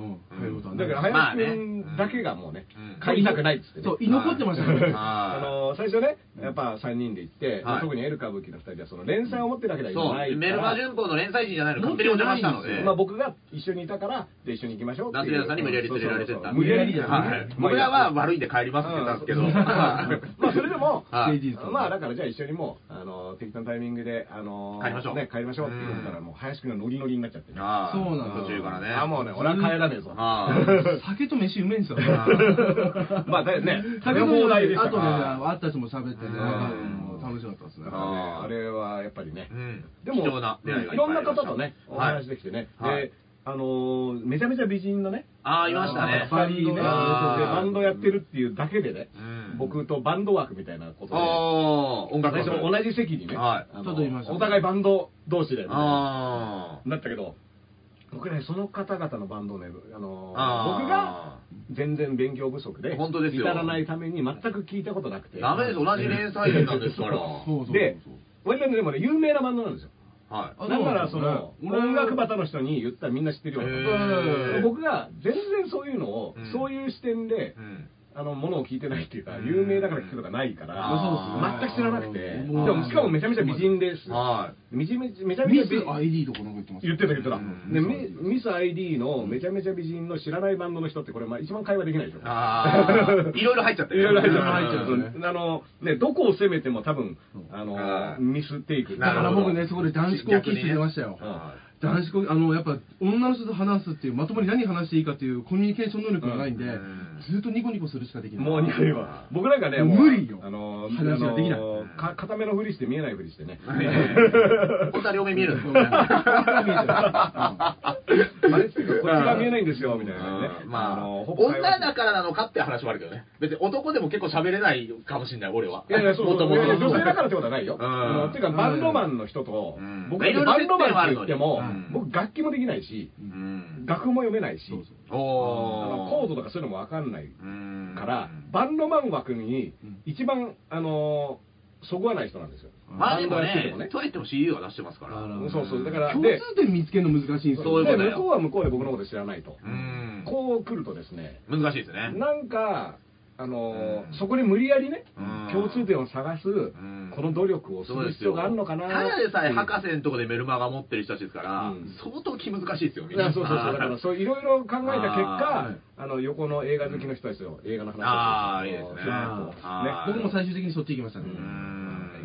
うん入ることはなだいから、まあ林ねくんだけがもうねうん、帰りたくないっつってねそう。居残ってましたからねはあいの最初ね、やっぱ3人で行って、はい特にエル歌舞伎の2人はその連載を持ってるわけではそ、ないうかメルらマ旬報の連載人じゃないの、勝手にお邪魔したので。まあ、僕が一緒にいたから、じゃあ一緒に行きましょうって夏いう目さんに無理やり連れられてったんで。無理やりだよねはい。僕らは悪いんで帰りますって言ったんですけど。う んまあそれでもはいいいですねまあだからじゃあ一緒にもうあの適当なタイミングであの帰りましょうね帰りましょうって言ったらうんもう林くんがノリノリになっちゃってねあ あそうなんだ途中からね。あもうね俺は帰らねえぞあ酒と飯うめえんですよ まあだよね 食酒べと放題で飯しあたとかねらあった人も喋ってねうんなんか楽しかったですねだからねあれはやっぱりねあうん。でも貴重な出会いがいっぱろんあなりました方とねおは話い。できてねはでいあのめちゃめちゃ美人のねああ、いましたね。バンドねねあーバンドやってるっていうだけでねうん僕とバンド枠みたいなことあであ、音楽最初同じ。じ席にね、はいあのちょっといましたねお互いバンド同士でみたいなあなったけど僕ねその方々のバンドねあのあー僕が全然勉強不足で本当ですよ至らないために全く聞いたことなくあ。てダメです、同じ連載人なんですから。そうそうそうで割とねでもね有名なバンドなんですよはい。あだからそそうなんでのすね俺音楽畑の人に言ったらみんな知ってるようなへー僕が全然そういうのを、うんそういう視点でうんあのものを聞いてないっていうかうん有名だから聞くとかないかあらー全く知らなくてでうんもしかもめちゃめちゃ美人ですはめちゃめちゃめちゃめちミゃ美ス人 ID とかなんか言ってます言ってた言ってた、うんでミミス ID のめちゃめちゃ美人の知らないバンドの人ってこれ、まあ、一番会話できないでしょい。あ あ、いろいろ入っちゃっている。ろいろ入っちいろいろ入っちゃゃうう、んでうすんあのねどこを攻めても多分あのあーミステイクだなかるらほど僕ねそこで男子校キッズ出ましたよ逆にねは男子校あのやっぱ女の人と話すっていうまともに何話していいかっていうコミュニケーション能力がないんで、うんずっとニコニコするしかできないもうニコニコ僕なんかねもうもう無理よあの話ができないあのか固めのふりして見えないふりしてねいねえ。本当は両目見えるんですよね。あれっていうかこっちが見えないんですよみたいなねうんまあ、のほぼ会話女だからなのかって話もあるけどね。別に男でも結構喋れないかもしれない、俺は。いやいや、そうそうもともいとやいや女性だからってことはないよ。うんうんていうか、バンドマンの人とうん、僕まあいろいろバンドマンって言って接も点はあるのに、僕楽器もできないし、うん。楽譜も読めないし、そうそうおあのコードととかそういうのもわかんないかから、バンドマン枠にうん一番、あのー、そぐわない人なんですよ。まあでもバンドやっててもね、トイレっても CD は出してますから。あらうんそうそう、だから、共で、通点見つけるの難しいんですそういうことだでよ向こうは向こうで僕のこと知らないと。うん。こう来るとですね、難しいですね。なんか、あのーうんそこに無理やりね、うん共通点を探す、んこの努力をすそうるです必よ要があるのかなただでさえうん博士のとこでメルマガ持ってる人たちですから、うん相当気難しいですよ、みんいやな。そうそうそうだからそういろいろ考えた結あー果あの横の映画好きの人ですよ映画の話をあーいいですねそうそうそうあーね僕も最終的にそっち行きましたねん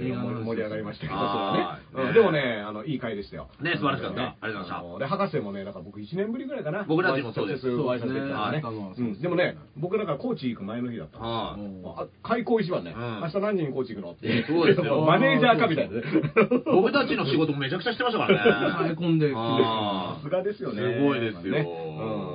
映画の話盛り上がりましたけど、それあーねはねうん。でもね、あの、いい回でしたよ。ね素晴らしかったねありがとうございましたので、博士もね、だから僕1年ぶりぐらいかな。僕たちもそうです直接ご挨拶できたのね。そうですねうんでもね、僕だから高知行く前の日だったの。はうい。んあ開校一番ね、うん明日何時に高知行くのって。そうですよ マネージャーかみたいなね。 僕たちの仕事もめちゃくちゃしてましたからね。抑え込んであーさすがですよね。すごいですよね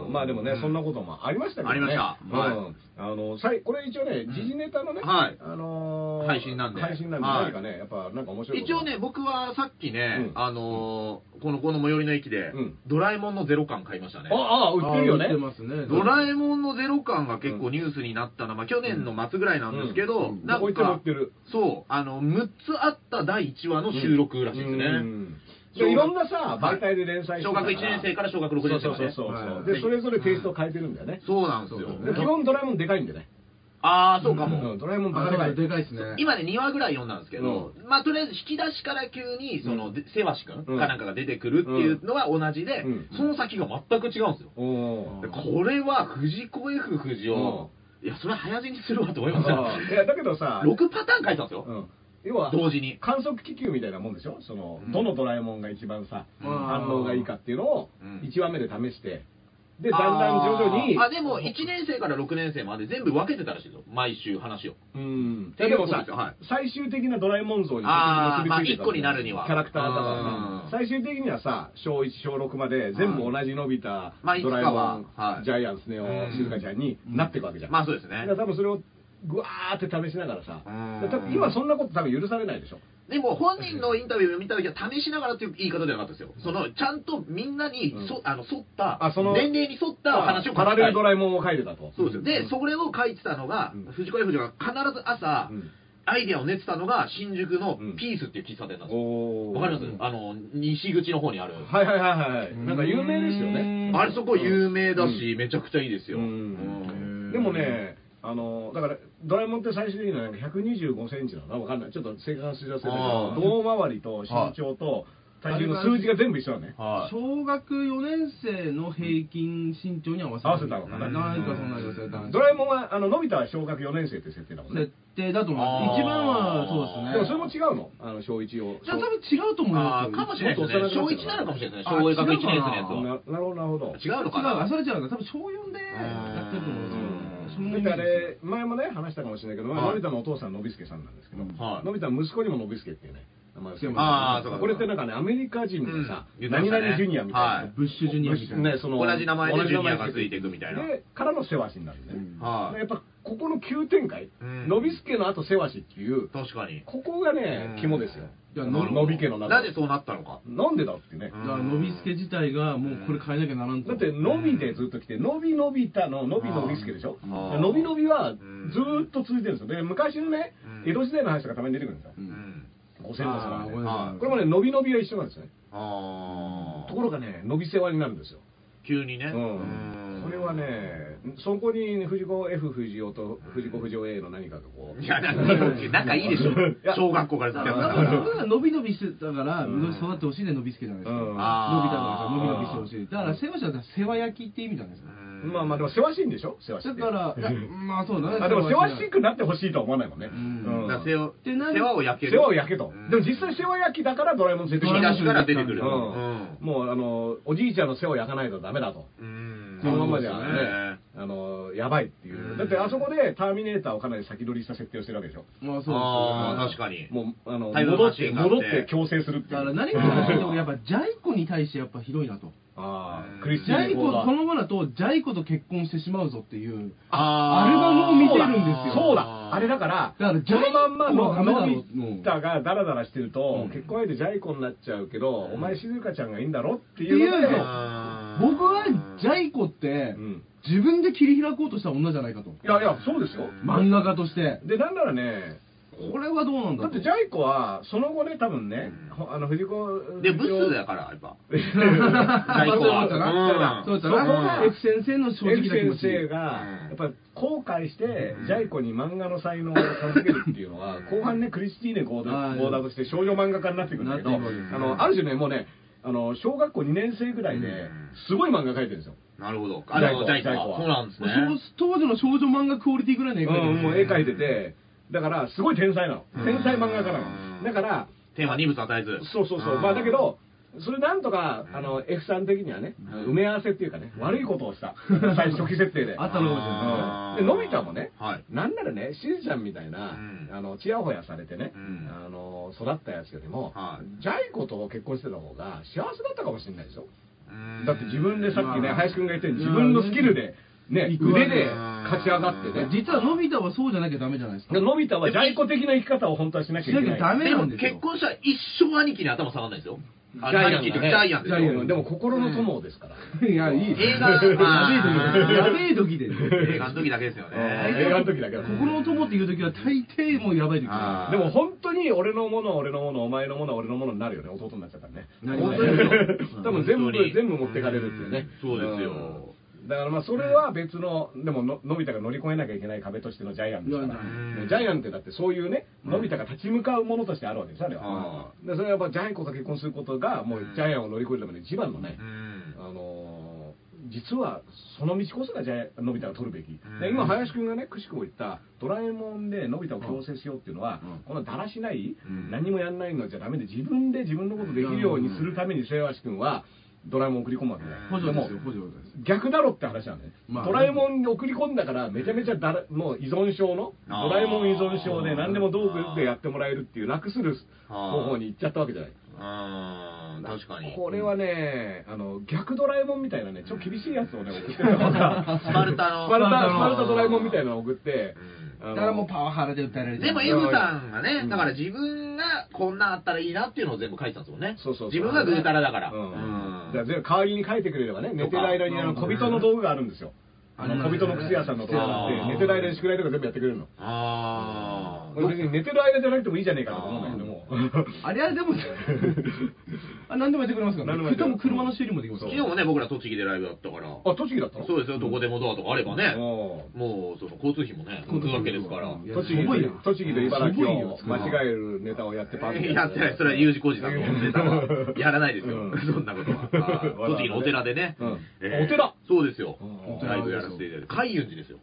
うんまあでもね、そんなこともありましたけどね。ありましたうんはあの、さいこれ一応ね、時事ネタのね、はいあのー配信なんで配信なんで、はい何かね、やっぱなんか面白いこと一応ね、、僕はさっきね、うんあのーこの、この最寄りの駅で、うんドラえもんのゼロ感買いましたねあ。あ、売ってるよねあ。ー売ってますね。ドラえもんのゼロ感が結構ニュースになったのは、まあ、去年の末ぐらいなんですけど、うんなどこん行っても売かって、る。そう、あの、6つあった第1話の収録らしいですね。うんでいろんなさ、媒体で連載して小るから学1年生から小学6年生まで。そうそうそうそう。はいで、それぞれテイストを変えてるんだよね。そうなんですよ。そでう基本ドラえもんでかいんでね。あー、そうかうも。ん、ドラえもんばあででかもい。でかいですね。今ね、2話ぐらい読んだんですけど、まあ、とりあえず引き出しから急に、その、うんでセワシ君うんかなんかが出てくるっていうのは同じで、うんその先が全く違うんですよ。おーでこれは、藤子 F 不二雄、いや、それは早死にするわと思いました。あ ーいや、だけどさ、 6パターン書いたんですよ、うん要は、同時に。観測気球みたいなもんでしょその、うんどのドラえもんが一番さ、うん反応がいいかっていうのをうん1話目で試して、で、だんだん徐々に、あーあ、でも、1年生から6年生まで全部分けてたらしいですよ。毎週話を。うん。いやでもそうでさすよはい、最終的なドラえもん像にあー結びついてまあ一個になるにはキャラクターだかうんらさ最終的にはさ、小1、小6まで全部同じ伸びたまあいつドかラえもはんはい、ジャイアン、スネう夫、ん静香ちゃんになっていくわけじゃん。まあ、そうですだねから。多分それを、ぐわーって試しながらさうん、多分今そんなこと多分許されないでしょ。でも本人のインタビューを見た時は試しながらという言い方ではなかったですよ。そのちゃんとみんなにそ、あの沿ったあその年齢に沿った話を書きパたラいレルドラえもんを書いてたと。そうですよ。で、それを書いてたのが、うん藤子 F 不二雄が必ず朝、うんアイデアを練ってたのが新宿のうんピースっていう喫茶店なんですよ。おわ、かります、うんあの西口の方にある。はいはいはいはい。なんか有名ですようね。んあれそこ有名だし、めちゃくちゃいいですよ。うんうんでもね、あの、だから、ドラえもんって最終的にはなんか125センチなのかなわかんない。ちょっと正確な数字忘れたけあどー、胴回りと身長と体重の数字が全部一緒だね。はい。小学4年生の平均身長に合わせ合わせたのかななんかそんなに忘れたんですドラえもんは、あの、のび太は小学4年生って設定だもんね設。定だと思います。あー一番はそうですね。でもそれも違うのあの、小1を。じゃあ多分違うと思いまあーすよ。かもしれないですもねっ。と小大人1にななのかったもしれないですね。あ小学1違うかな年生のやつ小は。ななるほど、なるほど。違うのか違うなわ、それ違うわ多分小4でやってると思うんですよ。そんだなイっメてあージでれす前もね話したかもしれないけど、まはあいのび太のお父さんのびすけさんなんですけど、はいのび太の息子にものびすけっていうね名前を付けあーそうかそうかこれってなんかねアメリカ人のさ、うん言ってまし何たね々ジュニアみたいな、はいブッシュジュニアみたいなねその同じ名前でジュニアが同じ名前ついていくみたいな。でからの世話しになるんだよね、うんはいやっぱここの急展開、うんのびすけの後世話しっていう確かに。ここがねうん肝ですよいやのののび家の中なぜそうなったのか。なんでだってね、うんだからのびすけ自体がもうこれ変えなきゃならんと。だって、のびでずっと来て、のびのびたの、のびのびすけでしょあーのびのびはずんーっと続いてるんですよ。で、昔のねうん、江戸時代の話とかたまに出てくるんですよう。ん。五千の世あ話ーねごめんなさいこれもね、のびのびは一緒なんですよね。ああ。ところがね、のび世話になるんですよ。急にね。うん。これは。ね、そこに藤子 F 不二雄と藤子不二雄 A の何かがこう。いや、なんか仲いいでしょいや。小学校からずだっかとやらってたか多分ら。僕ら伸び伸びしてたから、うん育ってほしいんで伸びすけじゃないですか。うん伸びたあーの伸び伸びしてほしい。だから、世話しだ世話焼きって意味なんですよ。まあまあ、でも世話しいんでしょ世話しいだって。から、いやまあそうだね。あ、でも世話しいくなってほしいとは思わないもんね。んうんだから世話てなる世話を焼ける。世話を焼けとうん。でも実際世話焼きだからドラえもん出て引ききた。出しから出てくる。ううん。もうあのおじいちゃんの背を焼かないとダメだと、うんそのままじゃそうねですねあのやばいっていう、うんだってあそこでターミネーターをかなり先取りした設定をしてるわけでしょ、まあそうですああ、よ確かに。もうあのタイムマ戻っシて、ンがあって戻って強制するっていだからう、何が話してもやっぱジャイコに対してやっぱひどいなと。あうんあクリスジテャィイーココーダこのままだとジャイコと結婚してしまうぞっていう。あアルバムを見てるんですよそうだ、あれだから、だからジャイこのまんまダメだろののび太がダラダラしてると、うん結婚相手ジャイコになっちゃうけど、うんお前静香ちゃんがいいんだろっていうのでっていうねあー僕はジャイコってうん自分で切り開こうとした女じゃないかと。いやいや、そうですよ。漫画家として。で、なんならね、これはどうなんだだっとてジャイ子はその後ね多分ね、うんほあの藤子で、ブスだよから、やっぱ。まあジャイコはそうだな。うんそうだな。うんエフ先生の正直な気持先ち。生がうんやっぱり後悔して、うんジャイ子に漫画の才能を授けるっていうのは、うん後半ねクリスティーネゴーあダーゴーダとして少女漫画家になっていくんだけどなあっていくわけでねすのある種ねもうねあの小学校2年生ぐらいで、うんすごい漫画描いてるんですよ、なるほど。あジのャイコジャイコジャイコは。はそうなんですもうね。少当時の少女漫画クオリティぐらいのう絵描いてるん、もう絵描いててだから、すごい天才なの。天才漫画家なうの。んだから、天は二物与えず。そうそうそう。んまあだけ、ど、それなんとか、うんあの、F さん的にはね、うん埋め合わせっていうかね、悪いことをした。最初期設 定で。あったのかもないしれうんで、のび太もね、はいなんならね、しずちゃんみたいうな、んあの、ちやほやされてね、うんあの、育ったやつよりも、はいジャイ子と結婚してた方が幸せだったかもしれないでしょ。うんだって自分でさっきね、うん林くんが言ったように、自分のスキルで、ね、行くわね腕で勝ち上がってね。実はのび太はそうじゃなきゃダメじゃないですかでのび太はジャイ子的な生き方を本当はしなきゃいけない。しなきゃダメでも結婚したら一生兄貴に頭下がらないですよ。あの兄貴ってジャイアンですジャイアンよ。でも心の友ですから。いやいい映画やべえ時やべえ時で映画の時だけですよね。うん映画の時だけだ心の友っていう時は大抵もうやばい時あーでも本当に俺のものは俺のものお前のものは俺のものになるよね弟になっちゃったらねなりますよね多分全部本当に全部持ってかれるっていうねうんそうですようんだからまあそれは別のでもののび太が乗り越えなきゃいけない壁としてのジャイアンですかうらんねジャイアンってだってそういうねうんのび太が立ち向かうものとしてあるわけですあれあはでそれはやっぱジャイ子が結婚することがもうジャイアンを乗り越えるための一番のねうんあのー実はその道こそがじゃあのび太が取るべき、うんで今林くんがねくしくも言った「ドラえもん」でのび太を強制しようっていうのは、うんこのだらしない、うん何もやんないのじゃダメで自分で自分のことできるようにするために清橋くんはドラえもんを送り込むわけだよ、補補助助ででもすよ補助です逆だろって話なんだよね、まあドラえもんに送り込んだからめちゃめちゃだらもう依存症のあードラえもん依存症で何でも道具でやってもらえるっていう楽するあー方法に行っちゃったわけじゃないうん確かに。これはね、あの逆ドラえもんみたいなね、ちょっと厳しいやつをね、送ってたのがスパルタのスパルタ、スパルタドラえもんみたいなのを送って、うあのだからもうパワハラで訴えられてでもい F さんがねう、んだから自分がこんなんあったらいいなっていうのを全部書いてたんですもんね。そうそうそう自分がぐうたらだから。うんうんじゃあ全部代わりに書いてくれればね、寝てる間にあの小人の道具があるんですよ。あのうん小人の靴屋さんの道具がああっーて、寝てる間に宿題とか全部やってくれるの。ああ。俺別に寝てる間じゃなくてもいいじゃねえかとか思うんだけども。あれはでも あ何でもやってくれますから何でもねやってくれ車るも車の修理もできますか昨ら日もね、僕ら栃木でライブやったから。 あ、栃木だったのそうですよ、どこでもドアとかあればね、おーもうその交通費もね、交浮通く費わけですから。いや栃しょぼ木いでな栃木と茨城しょぼいよを間違えるネタをやってパンえーやってない、それは U 字工事さんのネタ はやらないですよ、そんなことは。あー栃木のお寺でね、うんえーお寺そうですようん、ライブやらせていただいて、海運寺ですよ、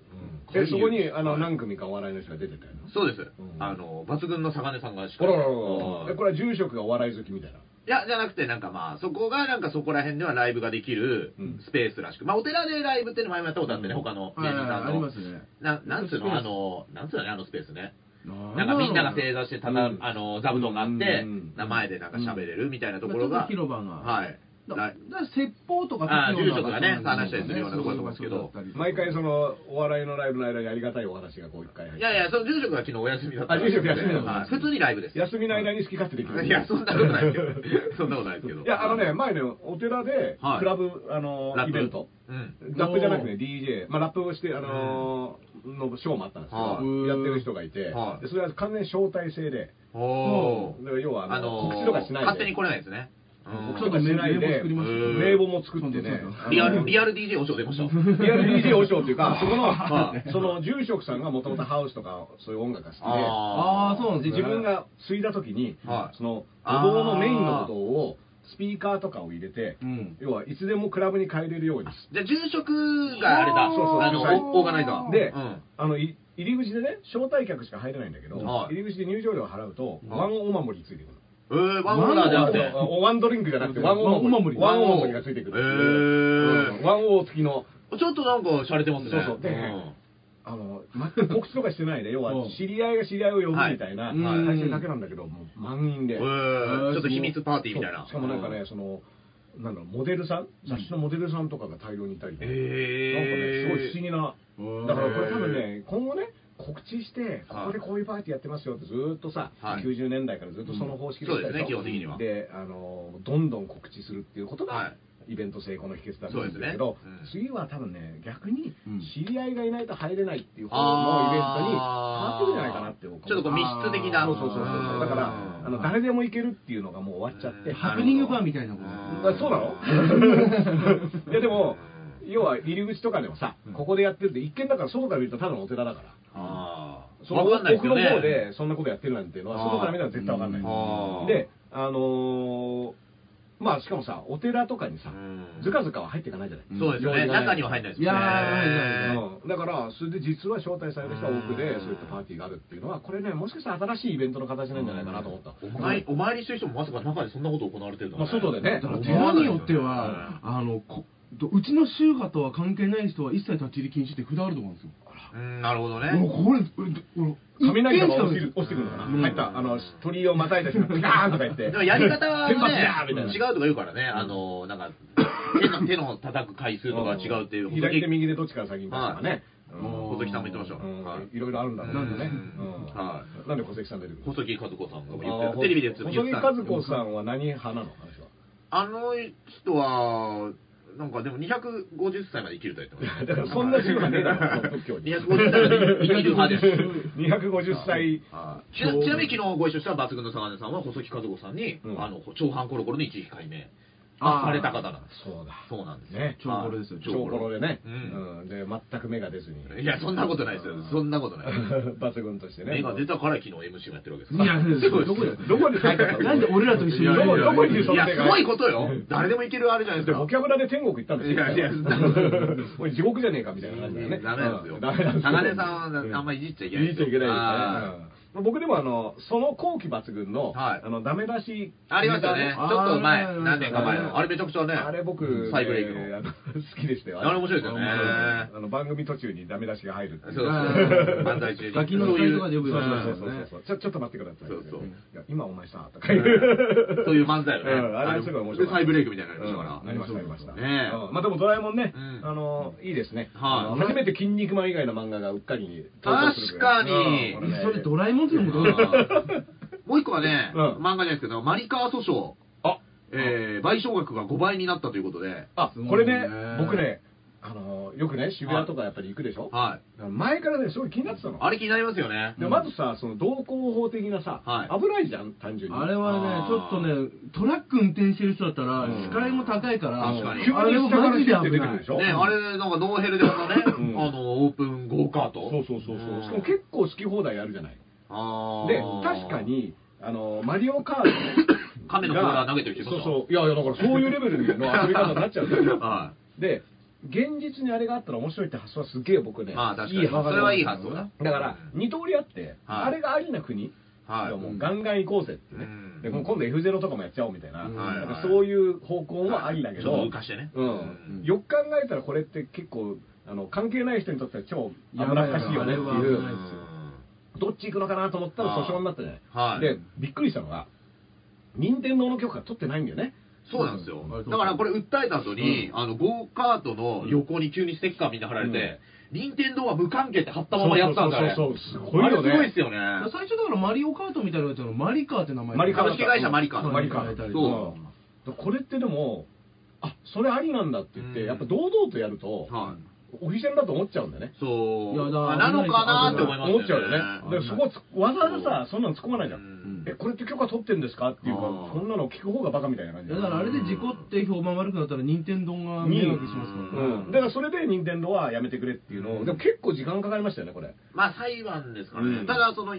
えそこにあのはい何組かお笑いの人が出てたよなそうですん、あの抜群の坂根さんがしあからりらららうんえこれは住職がお笑い好きみたいな。いや、じゃなくて、なんかまあ、そこがなんかそこら辺ではライブができるうんスペースらしく、まあ、お寺でライブっていうの前もやったことあってね、うん他の芸はい人さんの。ありますねななんつうスペーの、スあの、なんつうのね、あのスペースね。なんなんかみんなが正座してただ、うんあの座布団があって、うん名前でなんか喋れるみたいなところが、うん広場がはい、だライだから説法とかあー立つよ住うな職がね場所なん話したりするようなとこだと思うんですけどそういう場所だったりとか毎回そのお笑いのライブの間にありがたいお話がこう一回入って。いやいや、その住職が昨日お休みだったらあ住職休みだったはい普通にライブですよ。休みの間に好き勝手できる。いや、そんなことないですよ。 そんなことないですけど。 いやあのね、前ね、お寺ではいクラブ、あのラップイベント。うん。ラップじゃなくてね DJ、まあ、ラップをして、あのーのショーもあったんですけど、はいやってる人がいて、はいでそれは完全に招待制で、おーだから要はあの告知とかしないで勝手に来れないですね。うん告ちょ知とっかしと名ない名簿で、作りましたうん名簿も作ってねそうそう、リアル、アリアル DJ お賞出ました。 リアル DJ お尚っていうか、そこの、その住職さんがもともとハウスとか、そういう音楽が好きで、ああそうなんでです自ね分が継いだ時に、はいそのお堂のメインのお堂をスピーカーとかを入れて、うん要はいつでもクラブに変えれるようにじゃあ、住職があれだ、そうそうあのはいオーガナイザー。で、うんあのい入り口でね招待客しか入れないんだけど、はい入り口で入場料を払うと、んワンお守りついてくるえー、ワンオーダーじゃなくて。ワンおワンドリンクじゃなくてワンお守りワワンンおお守守りりがついてくるへーうんワンオー付きのちょっとなんか洒落てますね。そうそうでんあの全く告知とかしてないで要はうん知り合いが知り合いを呼ぶみたいはないはい体制だけなんだけど、もう満員で、えーちょっと秘密パーティーみたいそな。うしかもなんかね、そのなんだろうモデルさん雑誌のモデルさんとかが大量にいたりね、へーなんかねすごい不思議なうんだからこれ多分ね今後ね告知してここでこういうパーティーやってますよってずーっとさ、はい90年代からずっとその方式でしたうんそうですね基本的にはであのどんどん告知するっていうことが、はいイベント成功の秘訣だと思うんだけそうど、ですねうん次は多分ね逆にうん知り合いがいないと入れないっていう方のイベントに変わってくんじゃないかなってちょ僕っはとこう密室的な。そうそうそうそううだかんらあの誰でも行けるっていうのがもう終わっちゃってうんハプニングバーみたいなことうんあそうな のいやでも要は入り口とかでもさ、ここでやってるって一見だから外から見るとただのお寺だからあそあ。のわかんないです奥よのね。方でそんなことやってるなんていうのあはー外から見たら絶対わかんないあーであのーまあしかもさお寺とかにうさんずかずかは入っていかないじゃないそうですよね。中には入んないですもんね。いやー入んないうんだから、それで実は招待された人は多くで、そういったパーティーがあるっていうのは、これね、もしかしたら新しいイベントの形なんじゃないかなと思った。お前、お参りしてる人もまさか中でそんなこと行われてるのまあ、外で。ねだ、から寺によっては、あのこうちの宗派とは関係ない人は一切立ち入り禁止って札あると思うんですよ。うん、なるほどもね。うこれ、俺、雷一が軒しか落ちる落ちてくるのかな、うん入った、あの鳥をまたいだ人が、ピカーンとか言って、でもやり方はね 天罰だーみたいな違うとか言うからね、あの、なんか、手の、手の叩く回数とか違うっていう。左手、右手どっちから先に出すとかね、うん細木さんも言ってましたうもん。はいんいろいろあるんだろうけどね、うんうんはなんで小関さん出てくるの細木和子さんが言あっーて、テレビでずっと言細って木た和んですけど子さんは何派なの話はあの人は、なんかでも250歳まで生きると言ってま した。だからそんな自分はねえだろ、仏教に。 250歳まで生きる派です。 250歳。はいちなちなみに昨日ご一緒した抜群の相良さんは細木和子さんに、うんあの長半コロコロの一時改名あーされた方なんですそうだ。そうなんですね超コロですよ超コロでね、うんうんで全く芽が出ずにいやそんなことないですよそんなことない抜群としてね目が出たから昨日 MC もやってるわけですいや、そうどこでどこに書いてあったのなんで俺らと一緒にいやいやいやどこどこにそいのや手すがごいことよ誰でもいけるあれじゃないでですかボキャブラで天国行ったんですよいやいやおい地獄じゃねえかみたいな感じだねダメなんですようんダメなんですよ高根さんはあんまいじっちゃいけないいじっちゃいけないであすねうん僕でもあのその後期抜群の,、はいあのダメ出しありましたねネちタょっと前あー何年か前のあれめちゃくちゃねあれ僕、再ブレイクのえーあの好きでしたよ。あれ面白いですよねあの番組途中にダメ出しが入るっていそうそうう漫才中にガキの使いとかでよそうそうそうくやるやつですそうねそうちょちょっと待ってください。そうそういや今お前さとか言う。そういう漫才をね、うんあれはすごい面白いあの再ブレイクみたいなのありましたから、ありましたありました。ねえうんまあでもドラえもんね、うんあのいいですね。はいあの初めて筋肉マン以外の漫画がうっかりに確かにうんこねそれドラえもんっていうのもどうだもう一個はね、うん漫画じゃないですけど、マリカー訴訟、あえー賠償額が5倍になったということで、あすごいねこれね僕ねあのよくね渋谷とかやっぱり行くでしょ。はい、だから前からねすごい気になってたの。あれ気になりますよね。でもまずさその道交法的なさ、はい危ないじゃん単純に。あれはあーね、ちょっとね、トラック運転してる人だったらうん、視界も高いから、確かにあれもマジで急に下からシュッて出危てくなるいでし。ょね、あれ、なんかノーヘルでまたね、うんあの、オープンゴーカート。そうそうそうそう。んしかも結構好き放題やるじゃない。あーで確か、にあのマリオカート 亀の甲羅投げてる人いまそしたうそういやいやだからそういうレベルの遊び方になっちゃうんです よはで現実にあれがあったら面白いって発想はすげえ僕ね、まあ確かにいい発想それはいい発想だだから二通りあって、はいあれがありな国、はいもうガンガン行こうぜってね、うんでもう今度 F0 とかもやっちゃおうみたいな,、はいなんかそういう方向もありだけど、はいちょっと浮かしてねうんうんよく考えたらこれって結構あの関係ない人にとっては超危なっかしいよねってやばいいやうばいあれは危ないどっち行くのかなと思ったら訴訟になったじゃない。はいで、びっくりしたのが、任天堂の許可取ってないんだよね。そうなんですようん。だからこれ訴えた後に、あの、ゴーカートの横に急にステッカーみんな貼られて、任天堂は無関係って貼ったままやったんだよね。そうそうそうそうすごいよあれねすごいですよね。最初だからマリオカートみたいなやつのマリカーって名前マリカ株式会社マリカマリカマリカそうんこれってでも、あそれありなんだって言って、うんやっぱ堂々とやると、はい。オフィシャルだと思っちゃうんだよね。そう。いやだからあなのかなって思いますよね。思っちゃうよね。だからそこつ、わざわざさ、そんなの突っ込まないじゃうんん。え、これって許可取ってんですかっていうかあ、ーそんなの聞く方がバカみたいな感いじやだからあれで事故って評判悪くなったら任天堂が迷惑しますからねうんだからそれで任天堂はやめてくれっていうのを、でも結構時間かかりましたよね、これ。まあ裁判ですからね。うんただその1000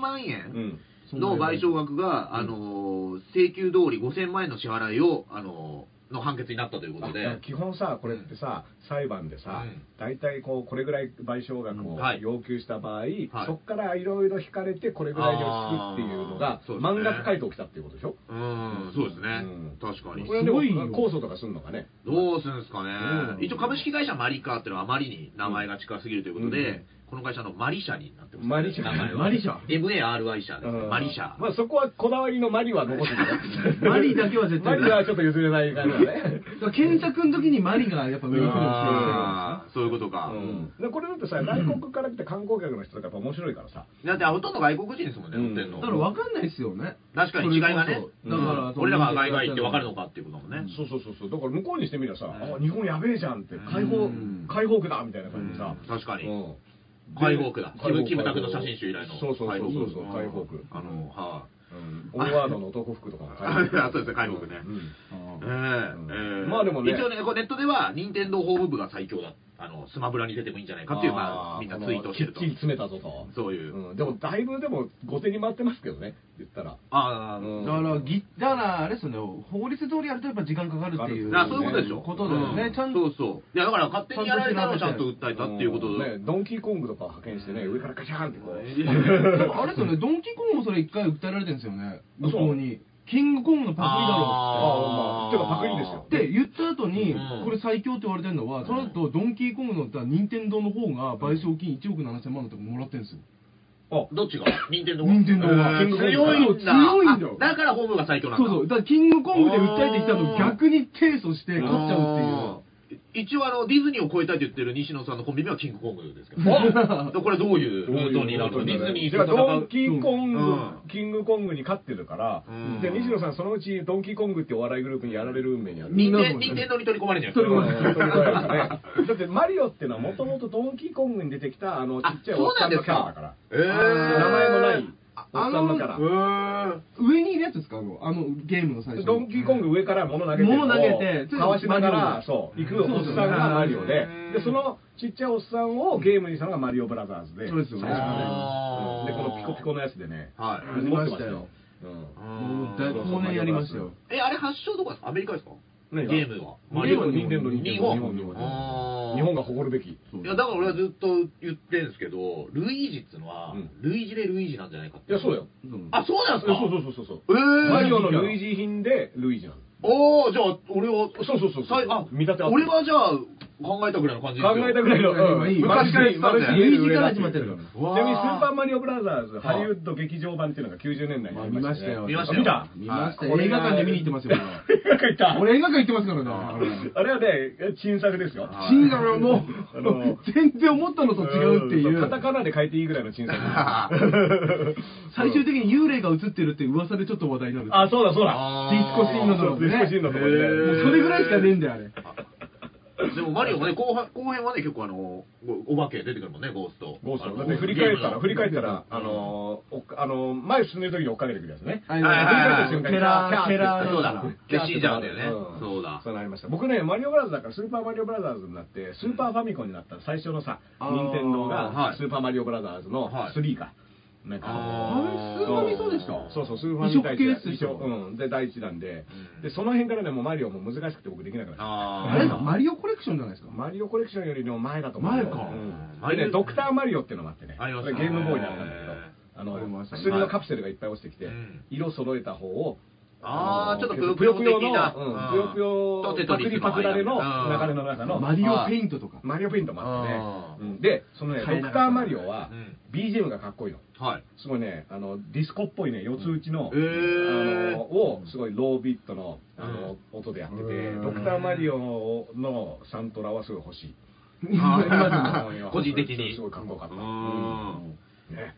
万う円ん。の賠償額が、あのー、請求通り5000万円の支払いを、あのー、の判決になったということあで。基本さこれってさ裁判でさ、うん大体こうこれぐらい賠償額うんをはい要求した場合、はいそこからいろいろ引かれてこれぐらいで落ち着くっていうのがあーそうですね漫画書いて起きたっていうことでしょうん、そうですねうん。確かにこ。れでもすごいよ控訴とかするのかねどうするんですかうね。ん一応株式会社マリカーっていうのはあまりに名前が近すぎるということうでん、この会社のマリ社になってますね。マリ社名前は。マリ社 ?MARI 社ですね。うんマリ社。まあそこはこだわりのマリは残すんだよ マリだけは絶対マリはちょっと譲れない感じだねだから検索の時にマリがやっぱ上に来るんですよあーそういうことか。うんでこれだってさ外国から来て観光客の人とかやっぱ面白いからさだってほとんど外国人ですもんね、うん乗ってんの。だから分かんないですよね確かに違いがねそれこ。そだから、うん俺らが外外行って分かるのかっていうことだもんね。そうそうそうそうだから向こうにしてみればさ、うんあ日本やべえじゃんって解放、うん解放区だみたいな感じでさ、うん確かにうん解放区だ。キム、解放区キムタクの写真集以来の。そうそうそうそうそうそう解解放放区区あの、はうんオンワードの男服 とかも解あそうですね解放区ねうんい。ええんええまあでもね一応ね、こうネットでは、任天堂法務部が最強だ。あの、スマブラに出てもいいんじゃないかっていう、まあ、みんなツイートしてるときっち。り詰めたぞと。そういう。うん、でも、だいぶでも、後手に回ってますけどね、言ったら。ああ、うんだから、ぎだからあれですよね、法律通りやるとやっぱ時間かかるっていう、だからそういうことでしょ。ことだよね、うんちゃんそとうそう。いや、だから勝手にやられたのをちゃんと訴えたっていうことんだね、ドンキーコングとか派遣してね、上からカチャーンってこう。でもあれですよね、ドンキーコングもそれ一回訴えられてるんですよね、向こうに。キングコングのパクリだろあーまあてかパクリですよって。って言った後に、うんこれ最強って言われてるのは、その後、ドンキーコングの、だから任天堂の方が賠償金1億7000万のとかもらってるんですよ。どっちが任天堂任天堂がえー強いんだ。強いんだよあだからホームが最強なんそだ。うそう、だからキングコングで訴えてきたのあー逆に提訴して勝っちゃうっていう。っていう。一応あの、ディズニーを超えたいと言ってる西野さんのコンビ名はキングコングですけど。これどういうルートになるのディズニーじとゃあ戦うドンキーコング、うんキングコングに勝ってるから、うんで西野さん、そのうちドンキーコングってお笑いグループにやられる運命にある。みんな任天任天堂に取り込まれるんじゃ取り込ないまれるうんだってマリオってのはもともとドンキーコングに出てきたあのちっちゃいおっさんのキャラだから。えーそう名前もなういおっさんのキャラ。ーん上にいるやつですかあのあのゲームの最初にドンキーコング上から物投げて、物投げてこうかわしながら、そそうう、行くおっさんがマリオで、で、そのちっちゃいおっさんをゲームにしたのがマリオブラザーズで、そうですよね最初のねあーうんで、このピコピコのやつでね、はいありましたよ。うんもうだい後年やりましたよ。え、あれ発祥どこですかアメリカですか何がゲームは。マリオゲーム任天堂任日天堂本日本日本あー日本が誇るべき。いや、だから俺はずっと言ってんですけど、ルイージっていうのは、うんルイージでルイージなんじゃないかって。いや、そうだよ。あ、そうなんですかそうそうそうそうそう。えー、マリオの類似品でルイージなの。おー、じゃあ、俺は、そうそうそうそうさいあ、見立て合って俺はじゃあ、考えたぐらいの感じですよ考えたぐらいの、うんうんいい昔から言ってたんだよマルチ類似から始まってるかちらなみにスーパーマリオブラザーズ、ハリウッド劇場版っていうのが90年代にまああ見りままししたたよ。よ。見ましたよ見た見ましたあよ。これ映画が館で見に行ってますよ。映画館行った。俺 俺映画館行ってますからね。あれはね、新作ですよ。はい新作はもあのう、全然思ったのと違うっていカタう。カナで書いていいぐらいの新作。ああ、ー最終的に幽霊が映ってるって噂でちょっと話題になる。そうだそうだ。デあィスコシーンのそうとこデね。ィスコシーンのとこでねへーもうそれぐらいしかねえんだよ、あれ。でもマリオもね、後半後編はね、結構あの、おお化け出てくるもんね、ゴースト。ゴーストだあっのて振り返ったら、振り返っゲーたムら、あのー、おっかあのー、前進んでる時に追っかけてくるやつね。はいはいはい振り返った瞬間ケにラーキャーってケラーそうだキャーってで死んじゃうんだよねんそうだそうなりました。僕ね、マリオブラザーズだから、スーパーマリオブラザーズになって、スーパーファミコンになったら最初のさ、あー任天堂はがい、スーパーマリオブラザーズのはい3か。なんかあーあれスーファミそうでしたそうそう、スーファミ第一移植系ですようん。で、第一弾でうん。で、その辺からね、もうマリオも難しくて僕できなくなっちゃった。あーあれマリオコレクションじゃないですか。マリオコレクションよりの前だと思うよ。前かうんでね、ドクターマリオってのもあってね。ありましたねこれゲームボーイだったんだけど。あありまのしたね薬のカプセルがいっぱい落ちてきて、うん色揃えた方を、あーちょっとぷよぷぷよよ的ぷよの、なうんぷよぷよ、パクリパクられの流れの中の、マリオペイントとか。マリオペイントもあってあね、うんで、そのね、ド変えなかクったターマリオはうん BGM がかっこいいの。はい。すごいね、あの、ディスコっぽいね、四つ打ちの、へーあの、を、すごいロービットの、あの、音でやってて、ドクターマリオのサントラはすごい欲しい。 あー個人的にすごいかっこよかった。うんね。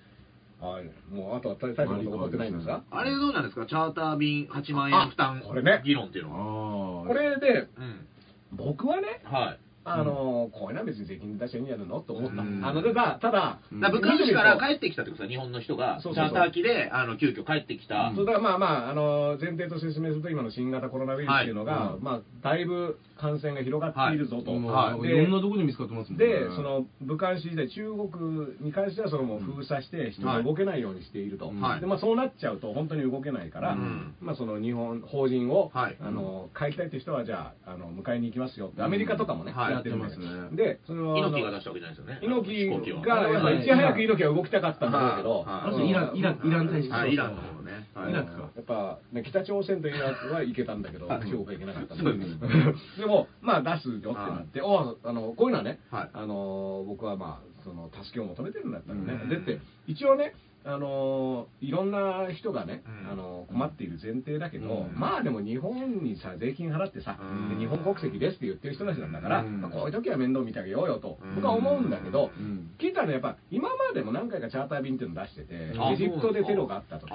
はい。もう、あとは大体のこと残ってないんですかあれどうなんですかチャーター便8万円負担あこれね議論っていうのは。ここれで、うん。僕はね、はい。あの、これは別に税金出しゃいいんじゃないのと思った。あうんの、でだただ、だうんから武漢市から見てみ帰るってきたってことですか日本の人が、チそャうそうそうーター機で、あの、急遽帰ってきたと。そうだからまあまあ、あの、前提と説明すると、今の新型コロナウイルスっていうのが、はいまあ、だいぶ感染が広がっているぞと。もうはいろんなとこで見つかってますもんね。で、その武漢市時代、中国に関してはそのもう封鎖して、人が動けないようにしていると、はいでまあ、そうなっちゃうと、本当に動けないから、うんまあ、その日本、法人を、はいあの帰りたいという人は、じゃああの、迎えに行きますよって、アメリカとかもね、はいやってるんでやってますねでその猪木が出したわけじゃないですよね。猪木飛行機が、はやっぱいち早く猪木は動きたかったんだろうけど、はいあの人イラン、イラン、イラン大使はい、イランの方ね。はいイラクかやっぱ、ね、北朝鮮とイラクは行けたんだけど、中国は行けなかったんそだうけでどすねでも、まあ出すよってなって、おあのこういうのはね、はいあの僕はまあその助けを求めてるんだったらね、うんでって、一応ね、あのいろんな人がね、うんあの困っている前提だけど、うんまあでも日本にさ、税金払ってさ、うんで日本国籍ですって言ってる人たちなんだから、うんまあこういう時は面倒見てあげようよと、僕は思うんだけど、うん聞いたらねやっぱ、今までも何回かチャーター便っていうの出してて、あエジプトでテロがあった時と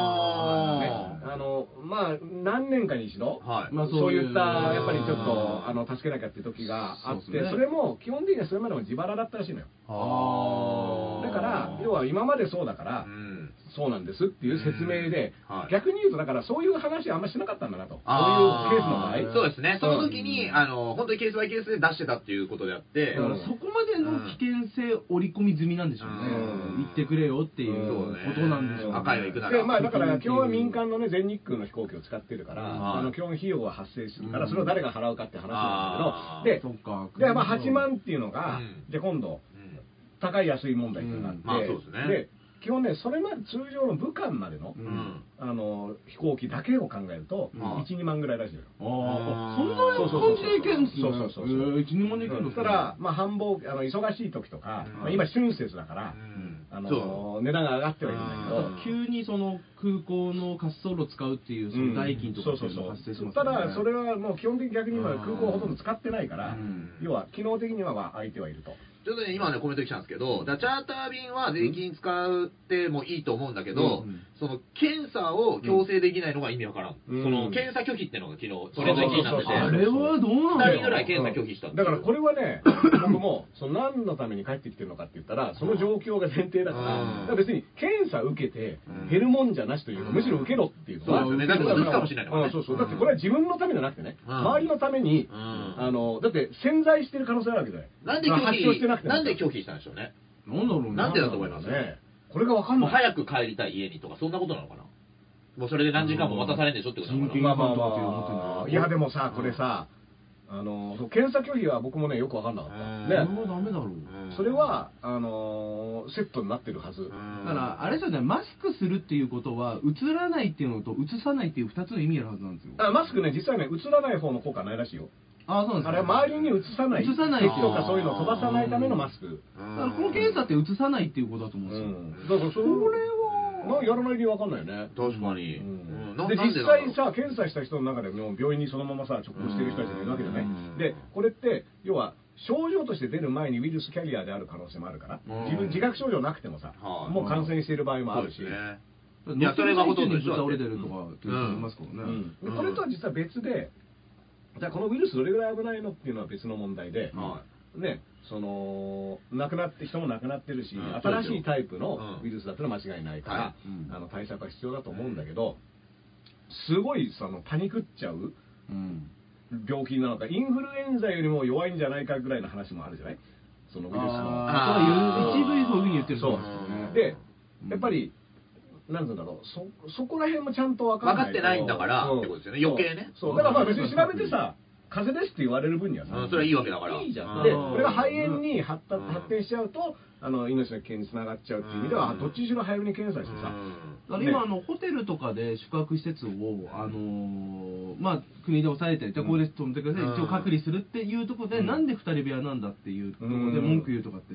あねあのまあ何年かに一度、はいまあそういったそういうやっぱりちょっとあの助けなきゃっていう時があってそそうですねれも基本的にはそれまでも自腹だったらしいのよあだから要は今までそうだから、うん。そうなんですっていう説明で、うんはい逆に言うとだからそういう話はあんましなかったんだなとそうあいーうケースの場合そうですね。その時うに、んあの、本当にケースバイケースで出してたっていうことであって、だからそこまでの危険性織り込み済みなんでしょうねうん言ってくれよっていうそうこねとなんでしょうね赤いは行くならでまあ、だから基本は民間の、ね、全日空の飛行機を使ってるから、はいあの基本費用は発生するから、それを誰が払うかって話なんだあけーど、そっかでで、まあ、8万っていうのが、うんじゃあ今度、うん高い安い問題っていうのがあって、うんまあそうですねで基本ね、それまで通常の武漢までの,、ううんあの飛行機だけを考えると、まあ1、2万ぐらいらしいのよ。ああそんな感じでいけるんですねそうそうそうそうえー一人前でいけるんそしですたねら、まあ、繁忙あの忙しい時とか、うんまあ、今、春節だから、あその値段が上がってはいるんだけど、うん急にその空港の滑走路使うっていうその代金とかっていうのが発生しますたよねだそれはもう基本的に逆に今うん空港をほとんど使ってないから、うん要は機能的にはまあ空いてはいると、ちょっとね、今ね、コメント来たんですけど、だからチャーター便は税金使ってもいいと思うんだけど、うんその検査を強制できないのが意味わからん。うんその検査拒否ってのが昨日、トレンドに気になってて。そうそうあそうれはどうなん二だ人ぐらい検査拒否したんですだよからこれはね僕もその何のために帰ってきてるのかって言ったらその状況が前提だから,、うんだから別に検査受けてうん減るもんじゃなしというか、うんむしろ受けろっていうのはそうですよねだってからうつかもしれないからねうんそうそうだってこれは自分のためじゃなくてね、うん周りのためうに、んあのだって潜在してる可能性あるわけじゃないなんで発症してな拒否、くてもなんで拒否したんでしょうね。なんだろうなんでだと思いますねこれがわかんもうない早く帰りたい家にとか、そんなことなのかな。もうそれで何時間も渡されんでしょってことなのか人権な。まあまあまあ、いやでもう、さんこれさ、あのそう検査拒否は僕もね、よくわかんなかった、それね、はダメだろう、うんそれ、はあのーセットになってるはず、うんだから、あれですよね、マスクするっていうことは、うつらないっていうのと、うつさないっていう2つの意味があるはずなんですよ。あマスクね、実はね、映らない方の効果ないらしいよ、ああ、そうなんですあれはだか周りに映さない、移さない敵とかそういうのを飛ばさないためのマスク、らこの検査ってうつさないっていうことだとう思うんですよ。ん、だからそれは、なんかやらない理由わかんないよね。確かに。うんなでなん実なんだろう際さ、検査した人の中でも病院にそのままさ直行してる人たちがいるわけじゃないうん、でこれって、要は症状として出る前にウイルスキャリアである可能性もあるから、うん自分自覚症状なくてもさ、はいもう感染している場合もあるしそうで、すねだからいやそれがほとんど乗っ一てる緒だって最中にぶち倒れてるとかっていう人いますからね。うんでうんこれとは実は別で、じゃあこのウイルスどれぐらい危ないのっていうのは別の問題で、はね、その亡くなって人も亡くなってるし、うん新しいタイそうでプすよのうんウイルスだったら間違いないから、はうんあの対策は必要だと思うんだけど、すごいそのパニクっちゃう。うん病気なのか、インフルエンザよりも弱いんじゃないかぐらいの話もあるじゃない、そのウイルスの。ああ、そういう一部そういうふうに言ってるそうですよね。でう、んやっぱり、なんつうんだろう、そそこら辺もちゃんと分分かんないかってないんだからそうってことですよね余計ねそう、そうだからまあ別に調べてさ、風邪ですって言われる分にはさ、うんそれはいいわけだからいいじゃうんん。で、うんこれが肺炎に発達うん発展しちゃうと、あの命の危険につながっちゃうっていう意味では、うんどっちにしろ早めに検査してさ、だから今、あのホテルとかで宿泊施設を、あのーまあ、国で抑えたり、じゃあここで飛んでください、うん一応隔離するっていうところで、うんなんで2人部屋なんだっていうところでうん文句言うとかって、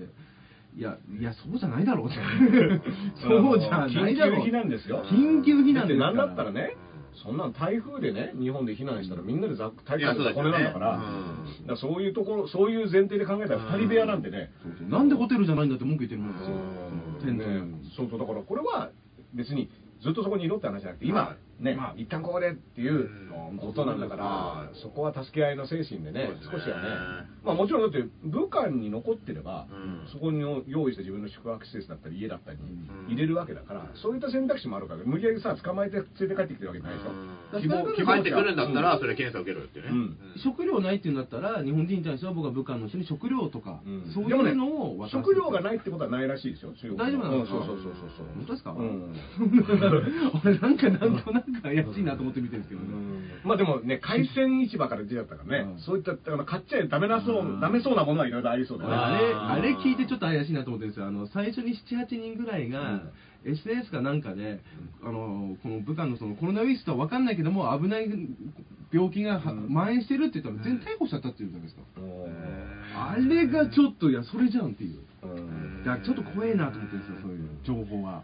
いや、いやそうじゃないだろうって、 そうじゃないだろう、緊急避難ですよ緊急避難でですかならんだったらね、そんなの台風でね、日本で避難したら、みんなでざ体育館で雑魚寝なんだから、いやだからそういうところ、そういう前提で考えたら、2人部屋なんてね、そうそうなんでホテルじゃないんだって文句言ってるもんですよ、そのテントねに。そうそう、だからこれは別にずっとそこにいろって話じゃなくて、は今、ね、まあ一旦ここでっていううんことなんだから、はいそこは助け合いの精神でね、そう少でしすねはね、まあもちろんだって、武漢に残ってれば、うんそこに用意した自分の宿泊施設だったり、家だったりんに入れるわけだから、そういった選択肢もあるから、無理やりさ、捕まえて連れて帰ってきてるわけじゃないでしょ。だ希から望帰ってくるんだったらそれ検査受けろよってねうん食料ないっていうんだったら、日本人に対しては僕は武漢の人に食料とか、うんそういでもねうのを渡す食料がないってことはないらしいですよ、中国大丈夫なんですかうそうそうそうそう。本当ですかうん 俺なんかなんとなく怪しいなと思って見てるんですけどね。まあでもね、海鮮市場から出ちゃったからね、うんそういった、あの買っちゃダメなそう、ダメそうなものはいろいろありそうだ俺ね。あれ、あーあれ聞いてちょっと怪しいなと思ってるんですよ。あの、最初に7、8人ぐらいが、SNS かなんかで、あの、この武漢のそのコロナウイルスとは分かんないけども、危ない病気がはうん蔓延してるって言ったら、全逮捕しちゃったって言うじゃないですか。うんあれがちょっと、いや、それじゃんっていう。うんだからちょっと怖えなと思ってるんですよ、そういう情報は。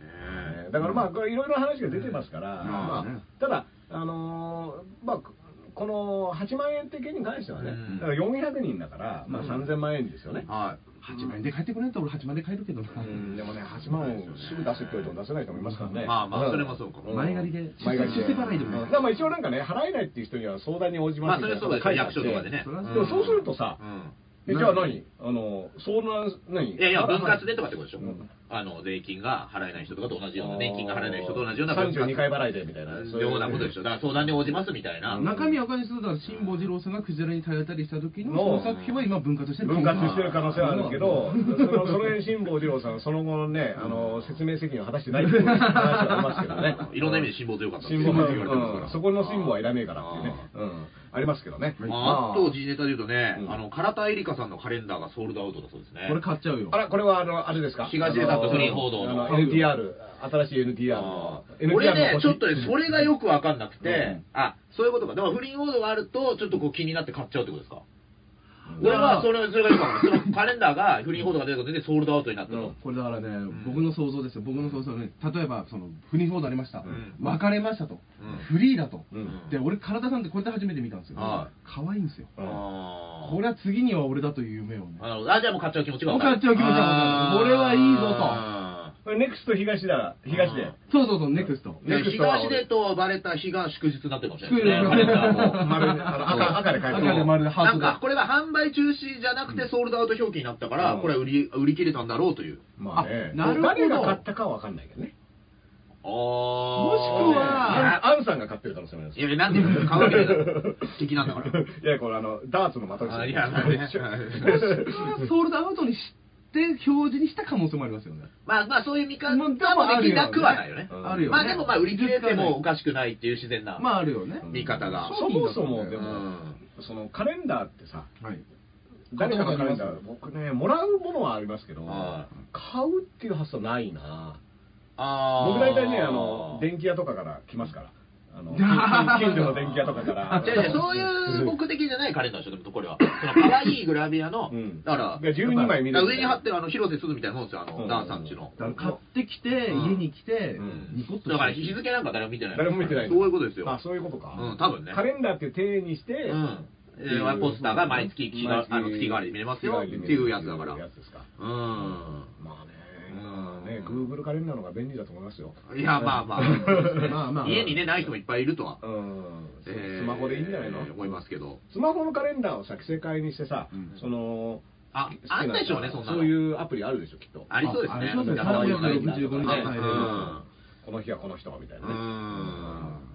ねだからまあ、これいろいろ話が出てますから、うんまうんあ、ただ、あのーまあ、この8万円的に関してはね、うんだから400人だから、まあ3000万円ですよね。は8万円で帰ってこれんと俺8万円で帰るけどな。うんでもね、8万をすぐ出せって言われても出せない人もいますからね。まあまあそれもそうかも前借りで前借りで。出世払いでもねうんだからまあ一応なんかね、払えないっていう人には相談に応じいままあすそみたれいはなそうだ書よいてあっ役て所とかでねでもそうするとさうんえじゃあ何あの、相談、何いやいや、分割でとかってことでしょ、うんあの税金が払えない人とかと同じような、年金が払えない人と同じような分割32回払いでみたいな。そういようなことでしょ、だから相談に応じますみたいな、中身は赤にするとだから辛坊治郎さんがクジラに耐えたりした時ののその作品は今分割してる分割してる可能性はあるけど、そのそれ辛坊二郎さんはその後のね、あの説明責任を果たしてないっていう話はありますけどね 。いろんな意味で辛抱強かったって辛言抱われてますから、うんそこの辛抱はいらねえからっていうね、うん、ありますけどね。まあ、あと、G ネタで言うとね、うんあの、唐田絵里香さんのカレンダーがソールドアウトだそうですね。これ買っちゃうよあら、これはあの、あれですか東出さんと不倫報道のあの NTR、新しい NTR のあ。ー NTR 俺のね、星ちょっとね、それがよくわかんなくて、うんあ、そういうことか。でも不倫報道があると、ちょっとこう気になって買っちゃうってことですか。うん俺はそれ、それがよくわかんない。そのカレンダーが 不倫報道が出たことでソールドアウトになったの。これだからね、僕の想像ですよ、僕の想像ね、例えば、その、不倫報道ありました、別れましたと、フリーだと、うんで、俺、体さんってこれで初めて見たんですよ、は可愛いんですよ、うんあーこれは次には俺だという夢をね、なるほどあ、じゃあもう買っちゃう気持ちがわかる。もう買っちゃう気持ちがわかるあー俺はいいぞとあこれネクスト東だ、東で。そうそうそう、ネクストー。でネクストは東出とバレた日が祝日になってるかもしれないですね。カレンダーも。丸であの赤赤で書いて赤で丸でハなーんトか、で。これが販売中止じゃなくて、ソールドアウト表記になったから、うんこれは売り、売り切れたんだろうという。まあねあ、なるほど誰が買ったかは分かんないけどね。ああ。もしくはアンさんが買ってる可能性もありますいや、いやなんで買うわけないだろ。敵なんだから。いや、これあの、ダーツの的ですよあいやまあ ねソールドアウトにして、表示にした可能性もありますよね。まあまあ、そういう見方もまあ多分あでるきよねなくはないよね。うんあるよね。まあでも、まあ、売り切れてもおかしくないっていう自然な。まああるよね。見方がそもそも、でうも、ん。そのカレンダーってさ、はい。誰が買ったカレンダ買っー、僕ね、もらうものはありますけど、は買うっていう発想ないなああ。僕大体ね、あの、電気屋とかから来ますから。あの、近近所の電気屋とかから。いやいやそういう目的じゃないカレンダーでしょ、でもこれは。その可愛いグラビアのうん、だから、いや12枚見るだから上に貼ってるあの、広瀬すずみたいなもんですよ、あうの、んダンさんちの。だから買ってきて、家に来てう、んニコッとしてだから日付なんか誰も見てない。誰も見てないそういうことですよ。あ、そういうことか。うん多分ねカレンダーっていう体にして、うん。えー、ポスターが毎月月が、あの月替わりで見れますよっていうやつだから。月替わりで見れるやつですかうん。まあね、うん今ね、Google カレンダーの方が便利だと思い ますよ。いや、まあまあ、まあまあ家にね、ない人もいっぱいいるとは。うん、えースマホでいいんじゃないの、思いますけど。スマホのカレンダーをさ、着せ替えにしてさ、うんその、あ好き、なあったでしょうね、そんなの。そういうアプリあるでしょ、きっと。ありそうですね。あありそうですね可愛いカレンダーとかね365う日入れるん。この日はこの人みたいなうね。ん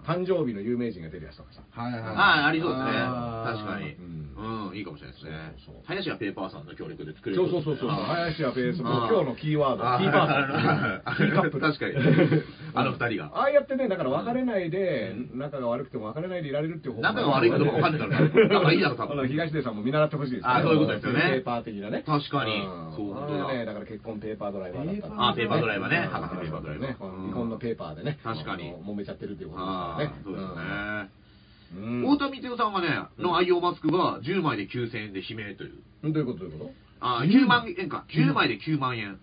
誕生日の有名人が出るやつとかさ。はいはい。ああ、ありそうですね。あー確かに。うんうん、いいかもしれないですねそうそうそう。林家ペーパーさんの協力で作れる。そうそうそうそう、あー林家ペース、あ今日のキーワード、あキーパー ソン、キーカップル。確か に。あの二人が。ああやってね、だから別れないで、仲が悪くても別れないでいられるっていう方仲が悪いかどうか分かんない から仲いいだろ多分あの東出さんも見習ってほしいですね。あそういうことですよねペーパー的なね。確かにうんそう本当だあれね、だから結婚ペーパードライバーだったあペーパードライバーね博博士ペーパードライバーね。うん離婚のペーパーでね。確かにあの揉めちゃってるっていうことあですあ、かそうらでね。すね。うん太田光代さんがね、の愛用マスクが10枚で9000円で悲鳴という。うんどういうことどういうこあー、9万円か。10枚で9万円。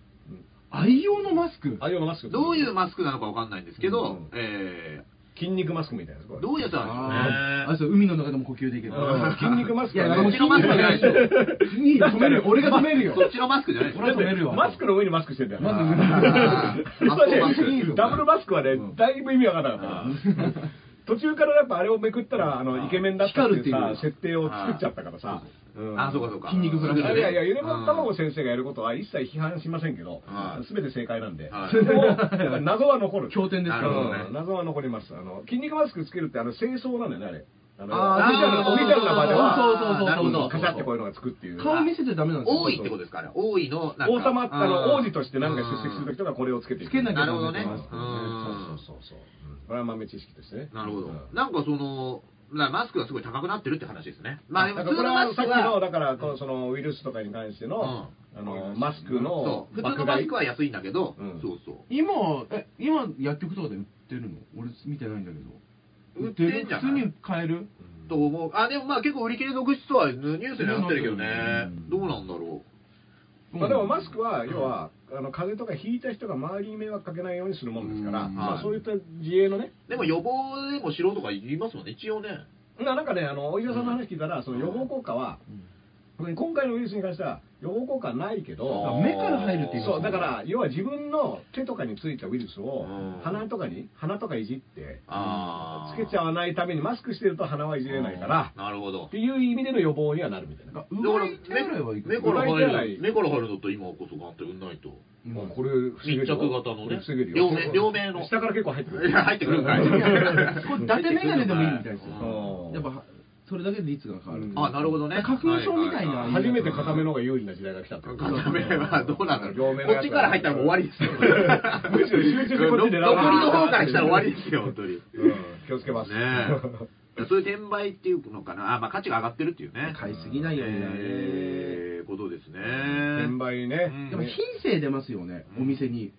愛用のマスクとあ、要はマスク。どういうマスクなのかわかんないんですけうどん、え筋肉マスクみたいなやつこーれどういうやつなんあーであ、しょうね。そう、海の中でも呼吸できる。うん筋肉マスクいや、はでねもこっちのマスクじゃないでしょ。いい 止めるよ。俺が止めるよ。そっちのマスクじゃないでしょ俺。は止めるわ。マスクの上にマスクしてんだよ。マスクあーそれマはスクねダブルマスクはね、だいぶ意味わかんなかったから途中からやっぱあれをめくったら、あの、イケメンだったっていう光るさっ、ていう設定を作っちゃったからさ。んあー、そうかそうか。筋肉ブラいシやいやいや、ゆでまま卵先生がやることは一切批判しませんけどは、いすべて正解なんでは、いでも 謎は残る。経典ですかなるほどらねうん謎は残ります。あの、筋肉マスクつけるって、あの、清掃なんだよね、あれ。あの、あーオフィシャルな場でそうは、そうそうそうなるほど。カシャってこういうのがつくっていう。顔見せちゃダメなんですよ。王位ってことですから、王位の、なんか王様、あの、王子としてなんか出席すると時きとかこれをつけていくつけなきゃなるほどね。ううんんそうそうそうそう。これは豆知識としてね。なるほどうん。なんかその、なマスクがすごい高くなってるって話ですね。まあ、だ普通からこれのマはスさっクきの、は、だから、このそのウイルスとかに関しての、あの、マスクのそう、普通爆のマ買スいク。は安いんだけどうん、そうそう。今、え、今、薬局とかで売ってるの俺見てないんだけど。売ってんじゃない普通に買えると思う。あ、でもまあ結構売り切れ続出はニュースになってるけどねう。んどうなんだろまあでもマスククは、要は、あの、風邪とか引いた人が周りに迷惑かけないようにするもんですかうら、んまはあいそういった自衛のね、う。でも予防でもしろとか言いますもんね、一応ね。ななんかね、あの、お医者さんの話聞いたら、その予防効果は、今回のウイルスに関しては予防効果はないけだかどら目から入るって言いますそうだかねら要は自分の手とかについたウイルスをうん鼻とかに鼻とかいじってあつけちゃわないためにマスクしてると鼻はいじれないからなるほどっていう意味での予防にはなるみたいだなからだうがい手洗いはいく目からうがい入手洗いる目から入るのと今こそガンってうんないとうんもうこれ防げるよ密着型のねこれ防げるよ両面両面の下から結構入ってくるいや入ってくるんかいこれ伊達メガネでもいいみたいですうよんやっぱそれだけで率が変わるうんあなるほどね花粉症みたいなははは初めて固めの方が有利な時代が来たってこと片目はどうなの両こ面のやっつちから入ったらもう終わりですよむしろ集中してこっち狙う残りの方から来たら終わりですよ本当にうん気をつけますねえそういう転売っていうのかなあ、まあ、価値が上がってるっていうね買いすぎないようになえーことですね 転売ねうんでも品性出ますよねうんお店に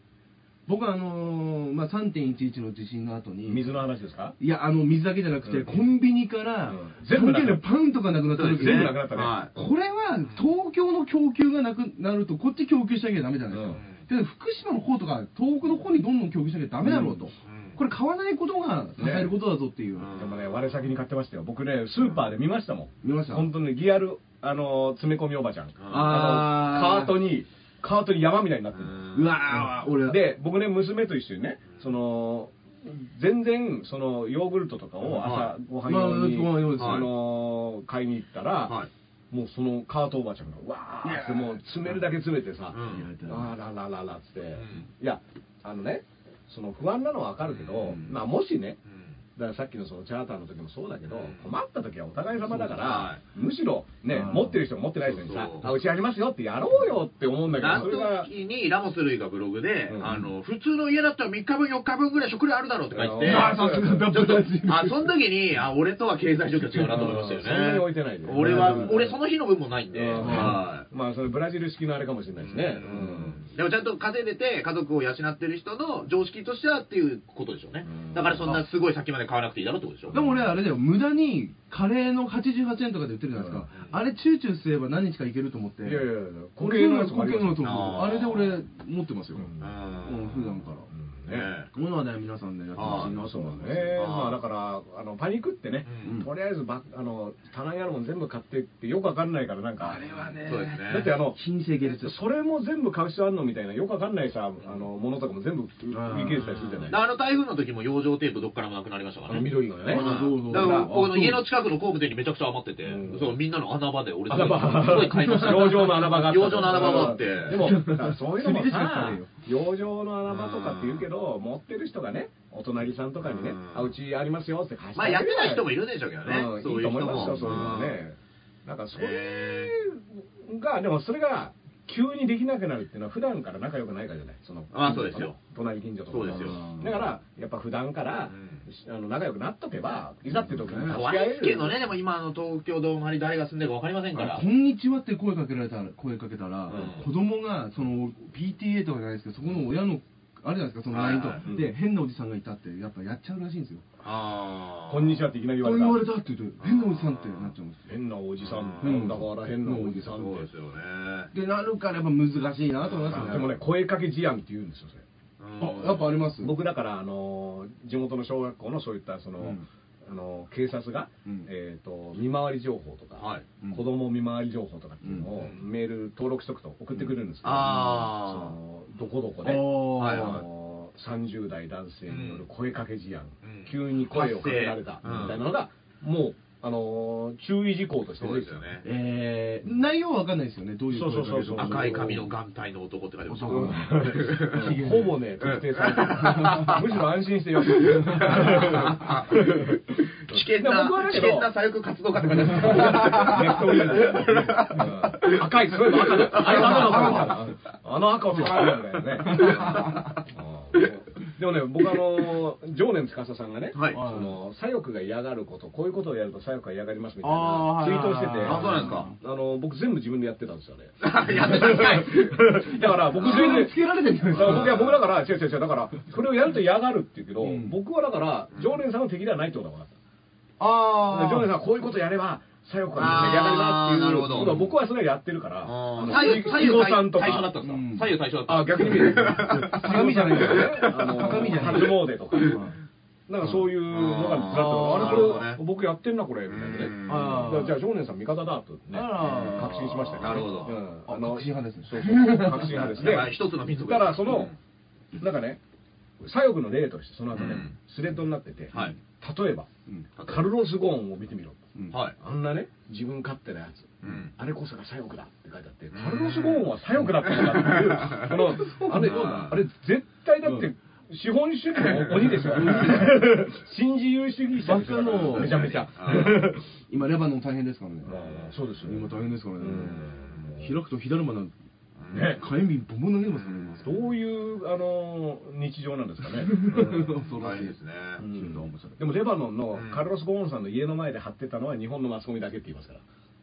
僕はあのーまあ3.11の地震の後に水の話ですかいやあの水だけじゃなくて、うんコンビニから、うん全部全部なくなったパンとかなくなったそうで時すに、ね全部なくなったねはこれは東京の供給がなくなるとこっち供給しなきゃダメじゃないですか、で福島の方とか東北の方にどんどん供給しなきゃダメだろうと、うんこれ買わないことが支えることだぞっていう、ねうんでもね、我先に買ってましたよ。僕ね、スーパーで見ましたもん。見ました本当にギアル、あの、詰め込みおばちゃん。あーのカートに、カートに山みたいになってる。んうわー、俺で、僕ね、娘と一緒にね、その、全然、その、ヨーグルトとかを朝はご飯用に、まあご飯用ですねあの、買いに行ったら、はいもうそのカートおばちゃんが、わーってもう詰めるだけ詰めてさ、うんあららららっつって、んいや、あのね、その不安なのはわかるけど、うんまあもしね、うんだからさっきのそのチャーターの時もそうだけど、うん困った時はお互い様だから、はむしろ、ね、うん持ってる人も持ってない人にさそう、そうあうちありますよってやろうよって思うんだけあど、それのが、時にラモス類がブログで、うんあの普通の家だったら3日分4日分ぐらい食料あるだろうって書いててああーそう ちょっとその時 にあ俺とは経済状況違うなと思いましたよねそんなに置いてないで俺は、うん俺その日の分もないんで、うんはいまあ、それブラジル式のあれかもしれないですね。でもちゃんと稼いでて家族を養ってる人の常識としてはっていうことでしょうねうんだからそんなすごい先まで買わなくていいだろうってことでしょでも俺あれだよ無駄にカレーの88円とかで売ってるじゃないですか、うんあれチューチューすれば何日かいけると思ってうんいやいやいや、固固形形ののややつつもあ固り形まのやすつもああーれで俺持ってますよ、ううんんう普ん段からうんねねこういうのはね皆さんねやってほしいなとそう思いだますね。うんまあ、だから、あの、パニックってね、うんとりあえずば、あの、棚にあるもん全部買ってってよくわかんないから、なんか。あれはねそうですねだってあの、新生芸術それも全部買う必要あんのみたいな、よくわかんないさ、あの、ものとかも全部売り切れてたりするじゃないあの台風の時も養生テープどっからもなくなりましたかあらのね緑のね。あそうそうだから僕の家あの近くの工務店にめちゃくちゃ余ってて、うんそうみんなの穴場で俺穴場すごい買いました 養生の穴場があった養生の穴場があってでも、そういうのも釣りでしか買わさねえよ、養生の穴場とかって言うけど、持ってる人がね、お隣さんとかにねう、んあ、うちありますよって貸してまあげるやってない人もいるんでしょうけどね、うんそういいいとう人思いますもよ、そういうのはうんね。なんか、それへが、でもそれが、急にできなくなるっていうのは、普段から仲良くないからじゃないその、まあそうですよ隣近所とか。そうですよだから、やっぱ普段から、あの仲良くなっとけば、いざって時にー助ワけ合えイる。スけどねでも今あの東京ドームに誰が住んでるか分かりませんからあこんにちはって声かけられたら声かけたら、うん子供がその PTA とかじゃないですけどそこの親のあれじゃないですかその LINE と、はいはいで変なおじさんがいたってやっぱやっちゃうらしいんですよあーこんにちはっていきなり言こわうれ言わたれ。たって言うと変なおじさんってなっちゃうんです変なおじさん、うんだから変なおじさそんうっでて。すよねでなるからやっぱ難しいなと思いますねでもね、声かけ事案って言うんですよ、それ。あやっぱあります僕だから、あのー、地元の小学校のそういった、その、うんあのー、警察が、うんえっと、見回り情報とか、はいうん子供見回り情報とかっていうのを、うんメール登録しとくと送ってくれるんですけど、うんあそのどこどこで、おーはいはいあのー30代男性による声かけ事案、うん急に声をかけられた発み生たいなのが、もう、あのー注意事項としてそう出でてすきたよねえー、内容は分かんないですよねどういう声かけそうそうそうそうか赤い髪の眼帯の男って書いてました男うん ほぼね、特定さ れてる。むしろ安心してよく。危険な僕はだ危けど険な左翼活動家って書いてましたネット見るうん赤い、そういえば赤だった。あれ赤だった。あの赤を使うんだよ ね。うんでもね、僕あの、常年司さんがね、はいその左翼が嫌がること、こういうことをやると左翼が嫌がりますみたいあなーツイートをしてて、あそうなんですかあの僕全部自分でやってたんですよね。 やってたんかいだから僕そ全れ然でつけられてるんじゃないですだからか僕いや僕だから、違う違う違う、だから、これをやると嫌がるって言うけど、うん僕はだから、常連さんの敵ではないってことが分かった。あ常連あさんはこういうことやれば、左翼はめっちゃ嫌がりますっていうあーなるほど今僕はそれをやってるから、ああーの左右左右肥後さんとか対、称だったんですか、うん左右対称だった あ、逆に見える。鏡じゃないんだよねあの鏡じゃない初詣とか、うんなんかそういうのがずらっうんとああーなれるほどこねれ僕やってんなこれみたいなうねんだからじゃあ少年さん味方だとねあら確信しましたよねなるほどうんあの確信派ですねそうそう確信派で すだからね一つの民族だからそのうなんかね左翼の例としてその後うねんスレッドになっててんはい例えばうんカルロス・ゴーンを見てみろうんはいあんなね自分勝手なやつうんあれこそが左翼だって書いてあって、んカルロス・ゴーンは左翼だったんだっていう、このあれうんあれ、絶対だって、資本主義の鬼ですよ、新自由主義者ですよバカのめちゃめちゃ。あー今レバノン大変ですからねそうですよ今大変ですからねうん開くと火だるまなね火炎瓶ボンボン投げてますからね今どういうあの日常なんですかね。恐ろ大しい変ですねうんちょっと面白いでもレバノンのうんカルロス・ゴーンさんの家の前で貼ってたのは日本のマスコミだけって言いますから、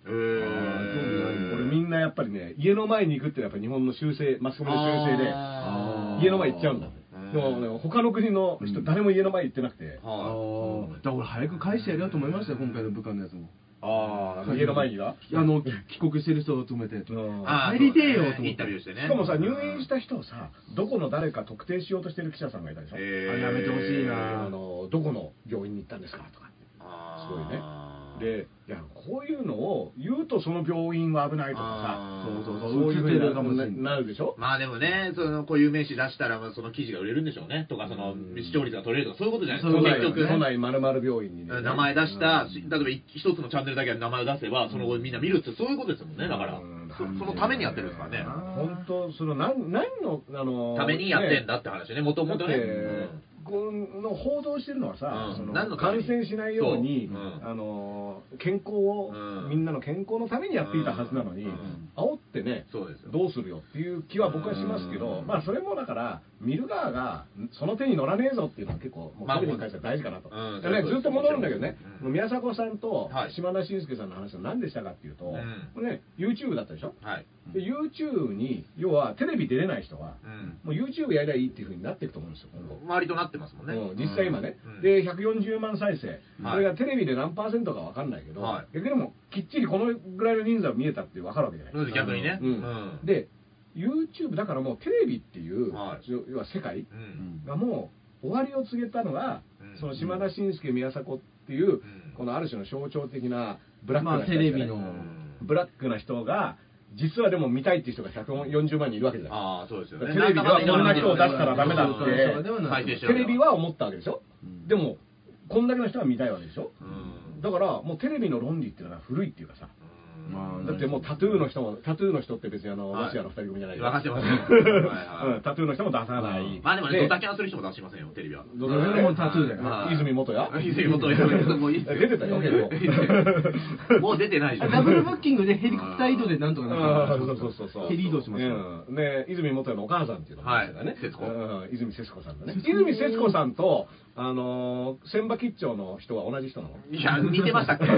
えーこれみんなやっぱりね家の前に行くっていうのはやっぱ日本の修正マスコミの修正であー家の前行っちゃうんだうんでもね他の国の人誰も家の前行ってなくて、あはーだから俺早く返してやるよと思いましたよ今回の部下のやつもああ家の前にがあの帰国してる人を止めてうんあー帰りてえよそと思ってうねインタビューしてねしかもさ入院した人をさどこの誰か特定しようとしてる記者さんがいたでしょ、えーあやめてほしいあなのどこの病院に行ったんですかとかってあすごいねーでいやこういうのを言うとその病院は危ないとかあそーうそうさそそううい映うっふてうるかもしれにないななるでしょまあでもね、その固有名詞出したら、まあその記事が売れるんでしょうね、とか、その視聴率が取れるとか、そういうことじゃないですそか、う結局、都内まるまる病院にね名前出した、うん例えば一一つのチャンネルだけ名前を出せば、その後みんな見るって、そういうことですもんね、だからうん、そそのためにやってるんですからね、本当その何何のあのためにやってんだだって話ね、もともとね。うんこの報道してるのはさ、うんその何のため感に染しないようにそううんあの健康を、うんみんなの健康のためにやっていたはずなのに、うん煽ってねそうですよどうするよっていう気は僕はしますけど、うんまあそれもだから見る側がその手に乗らねえぞっていうのは結構もうまあテレビに関しては大事かなと、うんでねそうそうずっと戻るんだけどね、うん宮迫さんとはい島田紳介さんの話は何でしたかっていうと、うんこれね YouTube だったでしょはい。で YouTube に要はテレビ出れない人はうんもう YouTube やりゃいいっていうふうになっていくと思うんですよ今後周りとなってますもんね。うん実際今ね、うん、で140万再生、はいこれがテレビで何パーセントか分かんないけど、はい逆にもきっちりこのぐらいの人数は見えたって分かるわけじゃないそうです逆にね。うんうんで YouTube だからもうテレビっていう、はい要は世界ううんんがもう終わりを告げたのが、うんその島田紳介宮迫っていう、んこのある種の象徴的なブラックなまあ人たちテがねレビのブラックな人が実はでも見たいっていう人が140万人いるわけじゃないああ、そうですよテね。レビではこんな人を出したらダメだそうそうってそう再生してテるテレビは思ったわけでしょ、うんでもこんだけの人は見たいわけでしょ、うんだからもうテレビの論理っていうのは古いっていうかさうんまあだってもうタトゥーの人もタトゥーの人って別にあの、はいロシアの二人組じゃない分かってますようんタトゥーの人も出さない、まあでもね、ドタキャンする人も出しませんよ、テレビは。ドタキャンねもうタトゥーだよねはい泉元や 泉元やめてもういいですよ出てた よ結構いいですよもう出てないでしょ。ダブルブッキングでヘリコプター移動でなんとかなあんーとそかうそうそうそうヘリ移動しましたようんね泉元哉のお母さんっていうのがいましたねはい節子うん泉節子さんだね泉節子さんとあのー千葉吉兆の人は同じ人なのいや、似てましたっけあ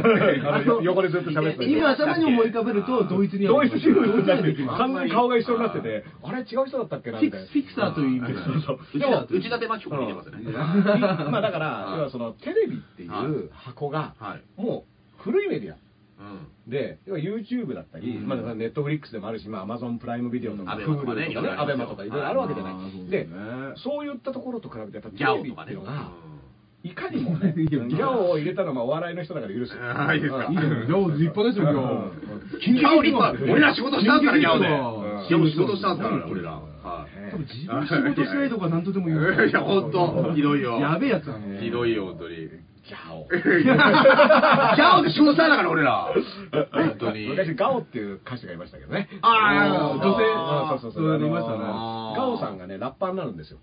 のよ横でずっと喋ってたけど今頭に思い浮かべるとドイツに同一人物になってきま完全に顔が一緒になっててあれ違う人だったっけなフィみクたいなスフィクサーという意味でそうそうでも、内館真紀子も似てますね。まあだからは、い要はそのテレビっていはう箱が、はい。もう古いメディアうん。で、要は YouTube だったり、うんまあネットフリックスでもあるし、まあ Amazon プライムビデオとか、うん Hulu とか Abema とかねいろいね、ろありますよ Abema とかいろいろあるわけじゃあーそなうい。でですね、そういったところと比べて、やっぱテギャオレビとかってね。いうのが、ういか にもね、ギャオを入れたのはまあお笑いの人だから許す。あーいいですかういんいじゃんギャオ立派ですよギャオんギャオ立派。俺ら仕事したんすから、ギャオで。うんギャオ仕事したんすから、俺ら。はい。多分自分仕事しないとか何とでも言ういや、ほんと、ひどいよ。やべえやつだねひどいよ、ほんとに。ギャオ。ギャオで仕事したんだから、俺ら。ほんとに。昔ガオっていう歌手がいましたけどね。あー女性、あーうんそうそうそそうう。いうのいましたねあのガオさんがね、ラッパーになるんですよ。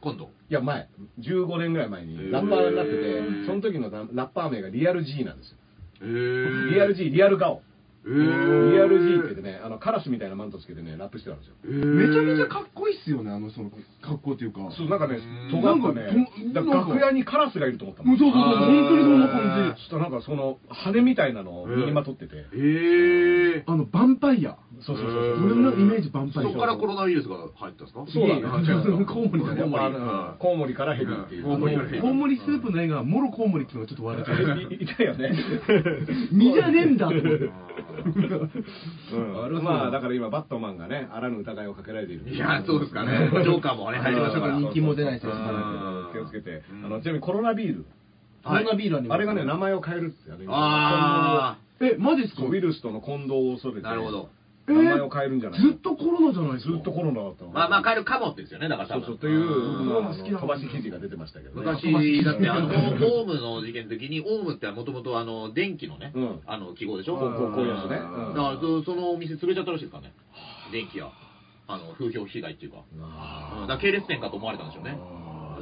今度。いや、前、15年ぐらい前に、ーラッパーになってて、その時のラッパー名がリアル G なんですよ。えーリアル G、リアルガオ。えリーアル G って言ってね、あのカラスみたいなマントつけてね、ラップしてたんですよ。めめちゃめちゃかっこいいっすよねあのその格好っていうかもうそ、そううなんかねうん、尖ったねなん、かだとから楽屋にカラスがいると思ったもそうそうそ本当にそんな感じしたらなんかその、羽みたいなのを身にまとってて、ええあのヴァンパイアそうそううそうそんう俺のイメージ万そ歳こからコロナウイルスが入ったんですかそうだねあ違うコウモリだねコウモリやっうぱんコウモリからヘビっていうコウモリからヘビコウモリスープの映画はもろコウモリっていうのがちょっと笑っちゃういいたよね。身じゃねえんだって思ってうんあれはそうだまあだから今バットマンがね、あらぬ疑いをかけられている。いや、そうですかね。ジョーカーもね、あ入りましたかちょらっ。と人気も出ないしそうそうそう気をつけて。うんあのちなみにコロナビール。コロナビールはねあれがね、名前を変えるってあれ。あ えマジっすかそうウイルスとの混同を恐あ、れて。なるほど。え名前を変えるんじゃないのずっとコロナじゃないですずかっとコロナだったのまあまあ、帰るかもってですよね、だからそ多う分そうという、んまああ好のきな飛ばし記事が出てましたけどね。昔、だって、あの、オウムの事件の時に、オウムってもともと、あの、電気のねうん、あの、記号でしょこうこうこういうやつねだうんから、そそのお店潰れちゃったらしいですからね。電気や、あの、風評被害っていうか。うんだから系列店かと思われたんですよね。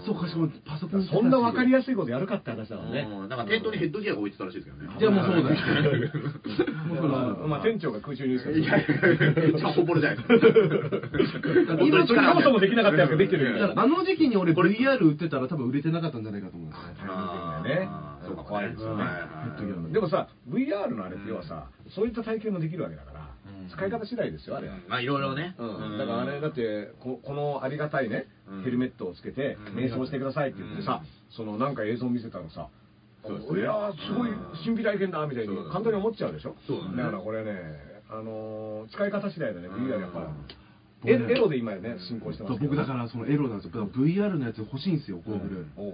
そうかしかもパソコンそんな分かりややすいことやるかって話だからね。うんなんか店頭にヘッドギアが置いてたらしいですけどね。じゃあもうそうだ よだからまあ、店長が空中入いやい社やい や、ちゃんとぼれじゃないですか。本当に力そもそもできなかったやつができてるみたいなだからあの時期に俺 VR 売ってたら多分売れてなかったんじゃないかと思うんですよあータイミング的にねそうか、怖いですよね。うんでもさ、VR のあれって要はさ、そういった体験もできるわけだからうん、使い方次第ですよ、あれは。まあ、いろいろね。うん、だからあれだってここのありがたいね、うんヘルメットをつけてうん瞑想してくださいって言ってさ、そのなんか映像見せたらさ、そうですねいやーすごい神秘体験だみたいにそうだね簡単に思っちゃうでしょそうだねからこれね、あのー使い方次第だね VR やっぱ、うんエロエロで今ね進行してますけど僕だからそのエロなんですよ VR のやつ欲しいんですよゴーグル、おう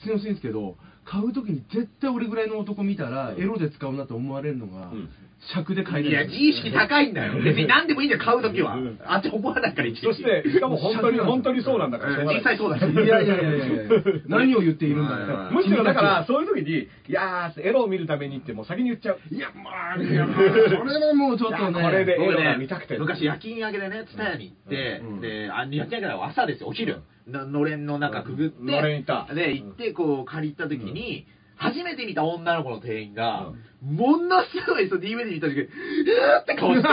普通に欲しいんですけど買う時に絶対俺ぐらいの男見たらエロで使うなと思われるのが、うん尺で買えないや、い自意識高いん だよ。別に何でもいいんだよ、買うときは。あって思わないから、一そしてしかも本当に本当にそうなんだからしょうがない実際そうだし。いやいやいやいやいや何を言っているんだよむしろだからそういう時に「いやーエロを見るために」ってもう先に言っちゃういやまあいやまあそれはもうちょっとねいやこれで僕映画ねが見たくて昔夜勤明けでね、蔦屋に行って、うんで、あ夜勤明けだから朝ですよ、お昼。なのれんの中くぐって、うんのれんいたで、行って、こう、借り行った時に、初めて見た女の子の店員が、ものすごい、そう、DVD 見た時に、うーって顔 して、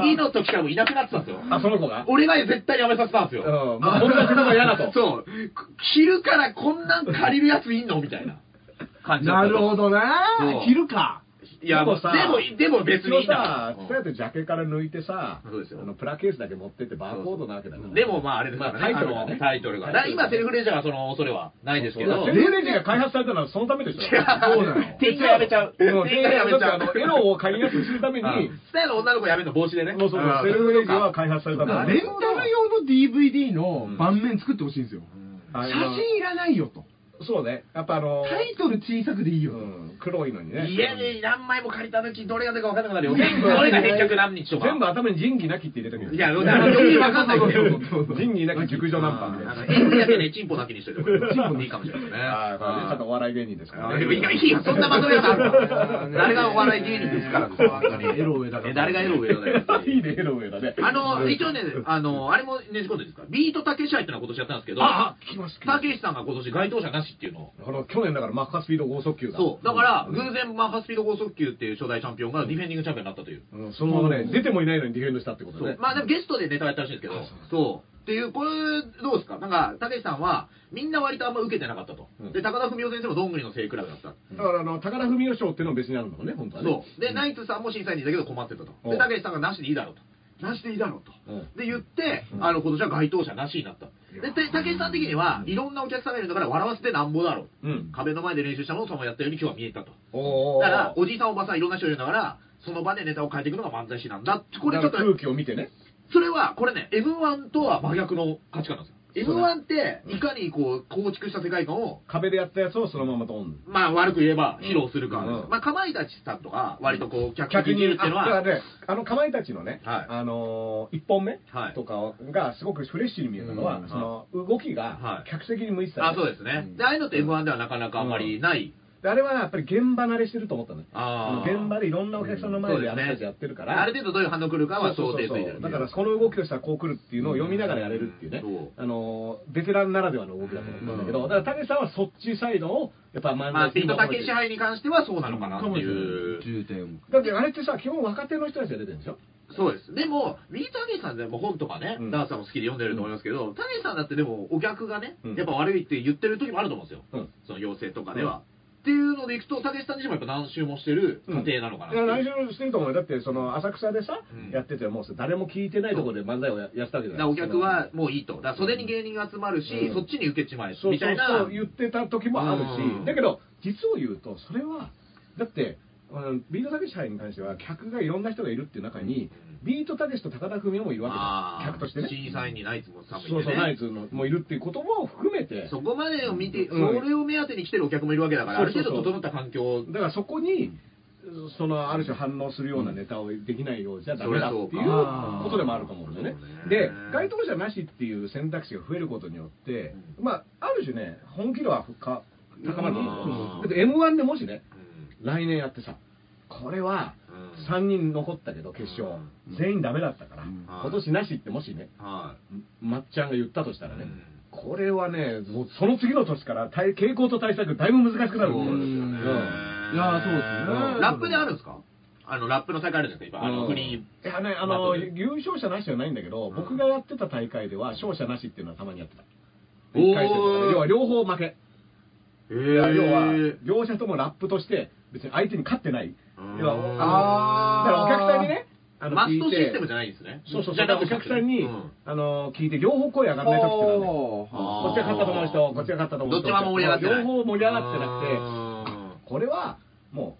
次の時からもういなくなってたんですよ。あその子が俺が絶対やめさせたんですよ。うんもうこんな仕事は嫌だ とそう。昼からこんなん借りるやついんのみたいな感じだったなるほどそうな昼かいや、でもさでも、でも別にいいん一応ださ、そうやってジャケから抜いてさ、そうですよあのプラケースだけ持ってってバーコードなわけだから。でもまああれですからね、タイトルがあねの。タイトルが。だから今セルフレジャーはその恐れはないですけそど、うセルフレジが開発されたのはそのためでしょ。そうそうだよ店員がやめちゃう。店員がやめちだゃっうてあの。エロを借りやすくするために、スタイルの女の子やめるの帽子でね。もうそのんセルフレジは開発されただのからはレンタル用の DVD の盤面作ってほしいんですよ、あの写真いらないよとそうね。やっぱあの、タイトル小さくでいいうよと、ん黒いのにね。家で何枚も借りた時どれが出るか分からなくなるよ。どれが返却何日とか。全部頭に仁義なきって入れてくる。いや、だから余計分かんないんだよ。仁義なき熟女ナンパみたいあなの、。演技だけね、チンポだけにしといてもらっていいかもしれないですね。あーこれねちょっとお笑い芸人ですからあね。でもいいかいいよ、そんなまとめ方あるから。 誰がお笑い芸人ですから、こそ本当に。エロ上だからえ誰がエロ上だよ。いいね、エロ上だね。 あの、一応ね、あの、あれもねじ込んでいいですか、ビートたけし杯っていうのは今年やったんですけど、あ、聞きます、聞きまたす。けしさんが今年該当者なしっていうのを。あの、去年だからマッハスピード剛速球が。そう。だから、偶然マッハスピード高速球っていう初代チャンピオンがディフェンディングチャンピオンになったという。うんそのままね、出てもいないのにディフェンドしたってことそねう。。まあでもゲストでネタをやったらしいんですけど、そう。っていう、これ、どうですかなんか、たけしさんは、みんな割とあんま受けてなかったと。うんで、高田文夫先生もどんぐりの性クラブだった。だからあの、高田文雄賞っていうのも別にあるんだもんね、本当はね。そう。で、ナイツさんも審査員だけど困ってたと。おで、たけしさんがなしでいいだろうと。なしでいいだろうと。うんで、言って、あの、今年は該当者なしになった。で、てたけしさん的には、いろんなお客さんがいるんだから笑わせてなんぼだろう。うん。壁の前で練習したのをそのままやったように今日は見えたと。おーだから、おじいさんおばさんいろんな人いるんだから、その場でネタを変えていくのが漫才師なんだってこれちょっとだ、から空気を見てね。それは、これね、M1 とは真逆の価値観なんですよ。そうだ M1 って、いかにこう、構築した世界観を、壁でやったやつをそのままドン。まあ悪く言えば披露するかです。うんまあ、かまいたちさんとか、割とこう、客席にいるっていうのあだは、からね、あの、かまいたちのね、はいあのー、一本目はいとかがすごくフレッシュに見えたのは、うんその、動きはがい客席に向いてたね、あ、そうですね。で、ああいうのって M1 ではなかなかあんまりない。であれはやっぱり現場慣れしてると思ったのね。あー現場でいろんなお客さんの前であの人たちやってるから。ある程度どういう反応来るかは想定ついてそうそうるそう。だから、この動きをしたらこう来るっていうのを読みながらやれるっていうね、うんそうあのベテランならではの動きだと思ったんだけど、うんだから、武さんはそっちサイドを、やっぱ真んまあ、中ビートたけしだ杯に関してはそうなのかなってかもしれいう。ない重点って、あれってさ、基本若手の人たちが出てるんでしょそうです。でも、ビートたけしさんでも本とかね、うんダースさんも好きで読んでると思いますけど、たけしさんだってでもお客がねうん、やっぱ悪いって言ってる時もあると思うんですよ。うんその要請とかでは。っていうのでいくと、たけしさん自身もやっぱ何周もしてる過程なのかなってい。いうや、何しろしてると思うよ。だって、その、浅草でさうん、やってて、もう誰も聞いてないところで漫才をややってたわけじだかゃならいおですか客は、もういいと。だから袖に芸人が集まるし、うんそっちに受けちまえそうみたいな。そうそう言ってた時もあるうんし、だけど、実を言うと、それは、だって、うんビートたけし杯に関しては、客がいろんな人がいるっていう中に、ビートたけしと高田文夫もいるわあーけじゃん客としてね。審査員にナイツもさんもいてそうねそう、ナイツのもいるっていうことも含めて、そこまでを見て、うんそれを目当てに来てるお客もいるわけだから、あそるうそう程そう度整った環境をだからそこに、そのある種反応するようなネタをできないようじゃダメだっていうそこりゃそうかとでもあるかも思うんだよねうん。で、該当者なしっていう選択肢が増えることによって、まあ、ある種ね、本気度はか高まると思ううんだけど、m 1でもしね、来年やってさ、これはうん3人残ったけど、決勝、全員ダメだったから、うん今年なしってもしね、はまっちゃんが言ったとしたらね、うんこれはね、もうその次の年から対傾向と対策、だいぶ難しくなるそうですよねうんいやーそうですうねい。ラップであるんですかあの、ラップの大会あるじゃないですか、今。あの、フリー。いやね、あの、バトル優勝者なしじゃないんだけど、ん僕がやってた大会では、勝者なしっていうのはたまにやってた。おー一回戦とかね要は両方負け。え要は、両者ともラップとして、別に相手に勝ってない。うん要は、あだーからお客さんにね、あの、マス聞トいシてステムじゃないんですね。そうそうじそゃう。なだくからお客さんに、うんあの、聞いて、両方声上がらない時ってなんだよ。あーこっちが勝ったと思う人、こっちが勝ったと思う人。どっちも盛り上がってない。両方盛り上がってなくて、これはも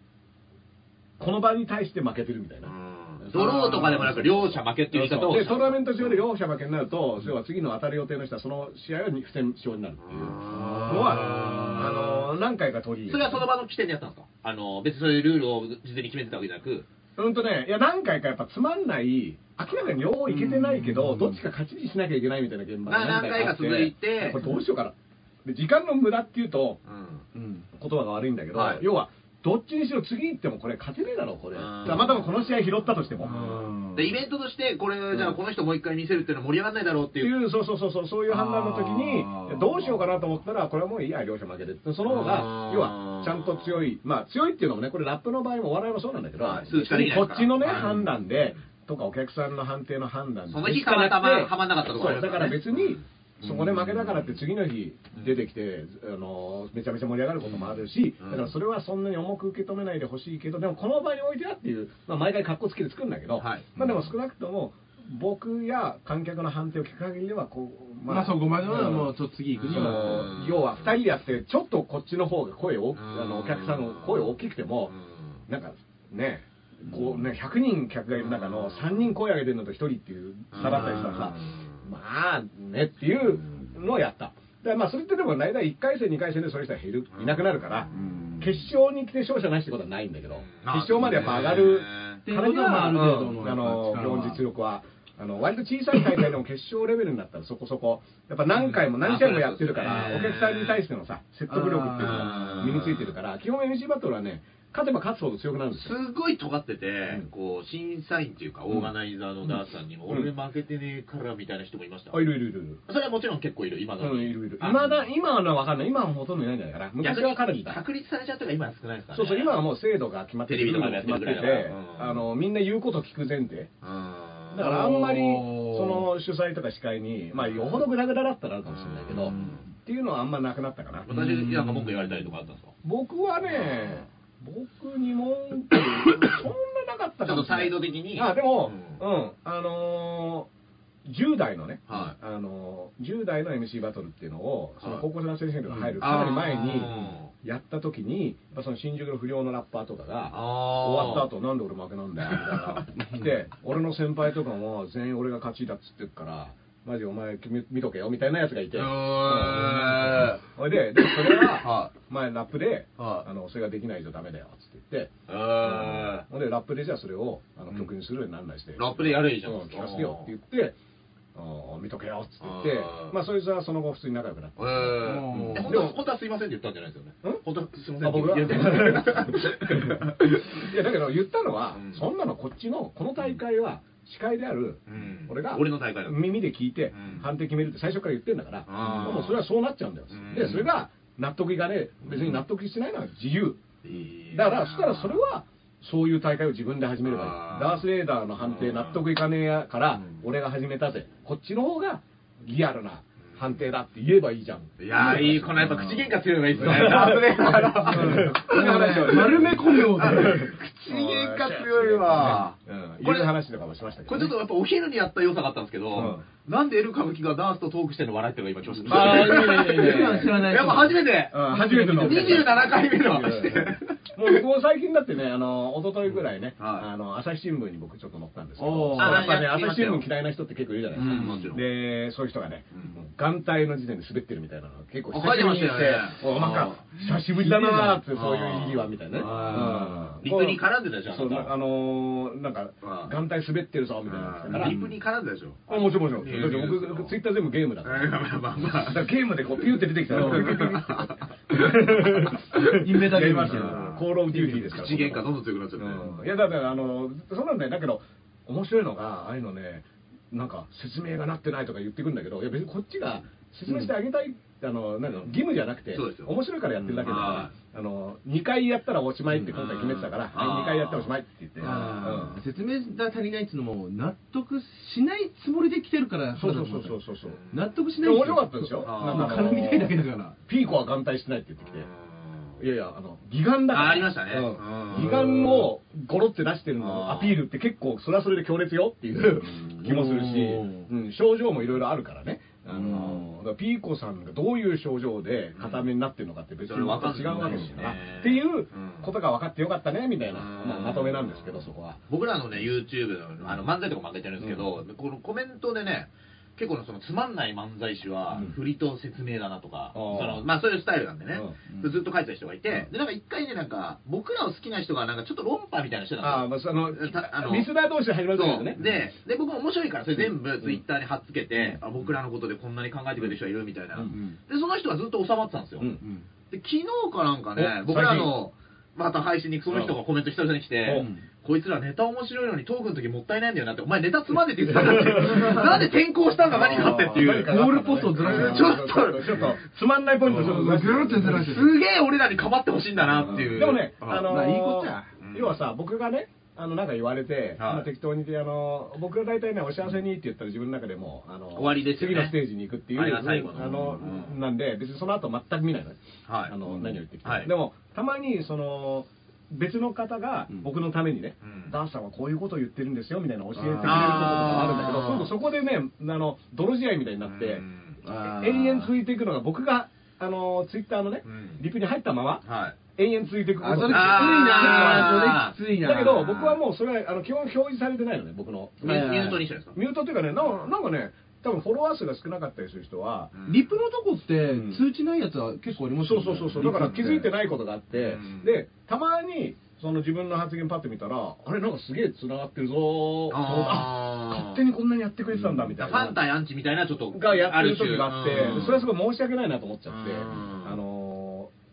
うこの場に対して負けてるみたいな。うんドローとかでもなく、両者負けっていう言い方をでトーナメントト上で両者負けになると、要は次の当たる予定の人はその試合は不戦勝になるっていうのは、あの何回か取りそれ入れはその場の起点でやったんですかあの、別にそういうルールを事前に決めてたわけじゃなく、うんとね、いや何回かやっぱつまんない、明らかに両方いけてないけど、どっちか勝ちにしなきゃいけないみたいな現場が何回かあって何回か続いてこれどうしようかな。で時間の無駄っていうとうん言葉が悪いんだけど、はい要はどっちにしろ次行ってもこれ勝てねえだろこれ。うたんまたまこの試合拾ったとしても。で、イベントとして、これ、じゃあこの人もう一回見せるっていうのは盛り上がらないだろうってっていう。いう、そうそうそうそう、そういう判断の時にあー、どうしようかなと思ったら、これはもういいや、両者負けで。その方あがー、要は、ちゃんと強い、まあ強いっていうのもね、これラップの場合もお笑いもそうなんだけど、はい数値化できないこですからっちのね、はい判断で、とかお客さんの判定の判断で。その日たまたまははまんなかったとかありそう、ますかだかららね別に、そこで負けだからって次の日出てきて、あの、めちゃめちゃ盛り上がることもあるし、うんだからそれはそんなに重く受け止めないでほしいけど、でもこの場においてはっていう、まあ毎回格好つけて作るんだけど、はいまあでも少なくとも、僕や観客の判定を聞く限りではこう、まあそこまではもうちょっょっと次行くにそはうのん要は2人でやってちょっとこっちの方が声をんあのお客さんの声大きくてもうなんかねこうね100人客がいる中の3人声上げてるのと1人っていう差だったりしたらさうまあねっていうのをやったでまあそれってでも大体1回戦2回戦でそういう人は減るいなくなるからん決勝に来て勝者なしってことはないんだけどまあ決勝までやっぱ上がるっていうからこにとはまはあああるの程度のあの力は論実力はあの割と小さい大会でも決勝レベルになったらそこそこやっぱ何回も何試合もやってるから、うんお客さんに対してのさ説得力っていうのが身についてるから基本 MC バトルはね勝てば勝つほど強くなるんですよすごい尖ってて、んこう、審査員っていうか、オーガナイザーのダースさんにも、うん俺負けてねえからみたいな人もいました。あいるいるいるいるそれはもちろん結構いる、今だうんいるいるあ今だ今は分かんない今はほとんどいないんじゃないかな昔逆はにかなりいた確立されちゃうとか今は少ないですからそね。うそう今はもう制度が決まってテレビとかもやっ決てるまってぐてらいだからうんあのみんな言うこと聞くう前提んだからあんまりおーその主催とか司会にまあよほどグダグダだったらあるかもしれないけどっていうのはあんまなくなったかな私、なんか文句言われたりとかあったんですか僕はね僕に文句そんななかったかもしれないちょっとサイド的にあでもううん、あのー10代のね、はいあのー10代の MC バトルっていうのをそのはい高校生の先生が入るんかなり前にあやった時にやっぱその新宿の不良のラッパーとかがあー終わった後なんで俺負けなんだよみたいな来て 俺の先輩とかも全員俺が勝ちだっつってるからマジお前見見とけよみたいなやつがいてうーんそれででもそれ はは前ラップではあのそれができないとダメだよっつって言ってうーんほんでラップでじゃあそれをあの曲にするようになんないして、ラップでやればいいじゃんうん聞かせてよって言ってあー見とけよっつって言ってあーまあそいつはその後普通に仲良くなってえーうんえ本当は本当はすいませんって言ったんじゃないですよね。ん本当はすいませんあって僕は言いってない やだけど言ったのは、うんそんなのこっちのこの大会は司会であるうん俺が俺の大会だと耳で聞いてうん判定決めるって最初から言ってんだから、あーもうそれはそうなっちゃうんだよ、うんでそれが納得いかねえ別に納得しないのは自由、いやだから、そしたらそれは、そういう大会を自分で始めればいい。あーダース・レーダーの判定納得いかねえから、俺が始めたぜ。こっちの方がリアルな判定だって言えばいいじゃん。いやー、いい、このやっぱ口喧嘩強いのがいいっすよね。 丸め込むようで。口喧嘩強いわ。うん。ここれれ話とかもしましたけこどれちょね。っとやっぱお昼にやった良さがあったんですけど、なんでエル歌舞伎がダンスとトークしてるの笑ってるのが今調子あーいいねいいね普段知らない。やっぱ初めて、うん初めての。 27回目の話で。もうこう最近だってね、あの、一昨日ぐらいね、はいあの、朝日新聞に僕ちょっと載ったんですけおど、ーやっぱね、あー朝日新聞嫌いな人って結構いるじゃないですか。うんもちろんで、そういう人がね、うもう眼帯の時点で滑ってるみたいなのが結構あ書いてましたよねおなんか、久しぶりだなーって、そういう意義はみたいなね。あリプに絡んでたじゃんそう、あなたなあのー、なんかあ、ー眼帯滑ってるぞみたいなのだから。リプに絡んだでしょ。あ、もちろんもちろん。いやだっていやいや僕、ツイッター全部ゲームだから。 まあまあまだからゲームでこうピューって出てきたら、 ピューピューピューってインベーダーゲやりームみたいまなしたよコールオブデューティーですから。口喧嘩どんどん強くなっちゃって。うんいやだからあのそうなんだよだけど面白いのがああいうのねなんか説明がなってないとか言ってくるんだけどいや別にこっちが説明してあげたい、あのなんだろう義務じゃなくてそうですよ面白いからやってるだけだから、うんはいあの2回やったらおしまいって今回決めてたから、うん2回やったらおしまいって言って、あうんー説明が足りないっていうのも納得しないつもりで来てるからそうそうそうそうそうそう納得しでない面白かったでしょあーなんかあ絡のみたいだけだからピーコは眼帯してないって言ってきていやいやあの義眼だからあありましたねうんうん義眼をゴロって出してるのあのーアピールって結構それはそれで強烈よっていう気もするし、ううん、症状もいろいろあるからねあのだからピーコさんがどういう症状で固めになってるのかって別にそれ分かんない違うわけですから、ねっていううんことが分かってよかったねみたいな、うんまあ、まとめなんですけどそこは。僕らのね、YouTube のあの漫才とか負けてるんですけど、このコメントでね、結構のそのつまんない漫才師はうん振りと説明だなとか、あそーのまあそういうスタイルなんでね、うんずっと書いてた人がいてう、んでなんか一回ねなんか僕らを好きな人がなんかちょっと論破みたいなのしてたんですよ。あーまあそのたあのリスナー同士で始まるんだけそどうね。でで僕面白いからそれ全部ツイッターに貼っつけて、あ僕らのことでこんなに考えてくれる人がいるみたいな、うんうんでその人がずっと収まってたんですよ、うんうんで昨日かなんかねお僕らのまた配信にその人がコメント久々に来て、うんこいつらネタ面白いのにトークの時もったいないんだよなってお前ネタつまんでって言ってたんだって なんで転校したんだ何かってっていあうー何かゴールポストをずらすちちょょっっとと、ちょっと、つまんないポイントちょっとずらしてぐるってずらしてすげえ俺らに構ってほしいんだなっていう、でもね、ああのまあーいいことやうん要はさ、僕がね、あのなんか言われて、まあ適当にで、あのー僕が大体ね、お幸せにって言ったら、自分の中でもう、あのー終わりですよね次のステージに行くっていう、あれが最後のあのうんなんで、別にその後全く見ないの、はいあのうん何を言ってきて、はいでも、たまに、その、別の方がうん僕のためにね、うんダンさんはこういうことを言ってるんですよみたいな教えてくれることとかあーあるんだけど、今度そこでね、あの泥仕合みたいになって、うんあー延々続いていくのが、僕が、あのツイッター Twitter のね、うんリプに入ったまま、はい延々続いていくことあそれきついあなーそれきついなだけど僕はもうそれはあの基本表示されてないのね僕のミュミュートにしてるんですかミュートっていうかねなんなんかね多分フォロワー数が少なかったりする人は、リップのとこってうん通知ないやつは結構ありますそようねそうそうそうだから気づいてないことがあって、うんでたまにその自分の発言パッて見たらあれなんかすげえ繋がってるぞーあー勝手にこんなにやってくれてたんだみただいからな、ファン対アンチみたいなちょっとがやってる時があって、る種それはすごい申し訳ないなと思っちゃって、うんあのー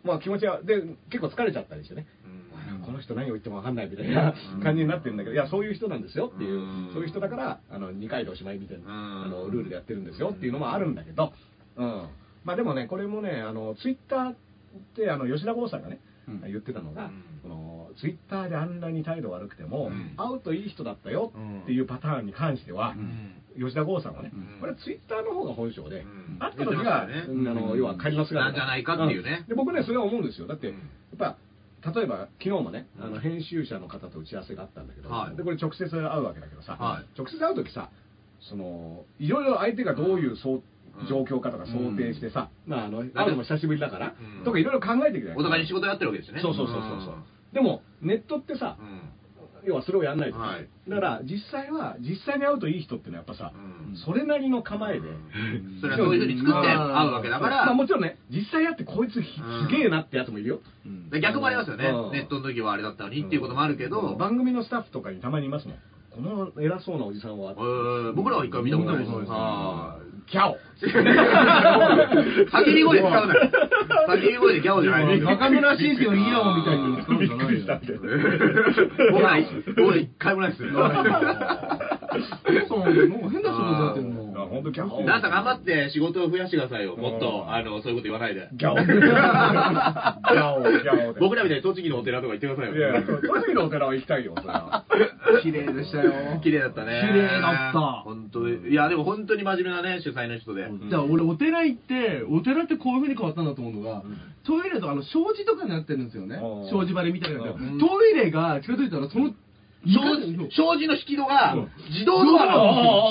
まあ気持ちはで結構疲れちゃったりしてねうんこの人何を言っても分かんないみたいな感じになってるんだけど、いや、そういう人なんですよっていうう、んそういう人だから、あの2回でおしまいみたいな、うんあのルールでやってるんですよっていうのもあるんだけど、うんまあ、でもね、これもね、あのツイッターってあの吉田剛さんがね、うん言ってたのうがん、このツイッターであんなに態度悪くても、うん会うといい人だったよっていうパターンに関しては、ん吉田剛さんはね、うんこれツイッターの方が本性で、うん会った時が、言ってましたよねあの要は仮の姿なんじゃないかっていうねんで僕ねそれは思うんですよだって、うんやっぱ例えば昨日もねあうのん編集者の方と打ち合わせがあったんだけど、はいでこれ直接会うわけだけどさ、はい直接会う時さそのいろいろ相手がどういうそううん状況かとか想定してさ、まあ、あの会うのも久しぶりだから、うんとかいろいろ考えていくじゃないお互いに仕事やってるわけですよねそうそうそうそうそうでもネットってさ、う要はそれをやんないと、はいだから実際は実際に会うといい人ってのはやっぱさ、うんそれなりの構えで、んそれはそういうふうに作って会うわけだかまあらもちろんね、実際やってこいつひうんすげえなってやつもいるよ。うんで逆もありますよねうんネットの時はあれだったのにっていうこともあるけうどん番組のスタッフとかにたまにいますもん。この偉そうなおじさんはえ、ー僕らは一回見たことないです見たことない ですはキャオい叫び声で使うなよ叫び声でギャオじゃないですよ中村慎介のイヤオンみたいに 使うんじゃないよびっくりしたみたいな僕ら僕ら一回もないですよそうなんだよもう変な仕事になってるあの本当ギャホーなんか頑張って仕事を増やしてくださいよ。もっうんと、あの、そういうこと言わないで。ギャオギャオギャオ僕らみたいに栃木のお寺とか行ってくださいいや、よ。栃木のお寺は行きたいよ、そ れは。綺麗でしたよ。綺麗だったね。綺麗だった本当にいや、でも本当に真面目なね、主催の人で。だから俺お寺行ってお寺ってこういう風に変わったんだと思うのが、うんトイレとあの障子とかになってるんですよねうん障子張りみたいなやつ、うんトイレが近づいたらその障そう子障子の引き戸がうん自動ドアなの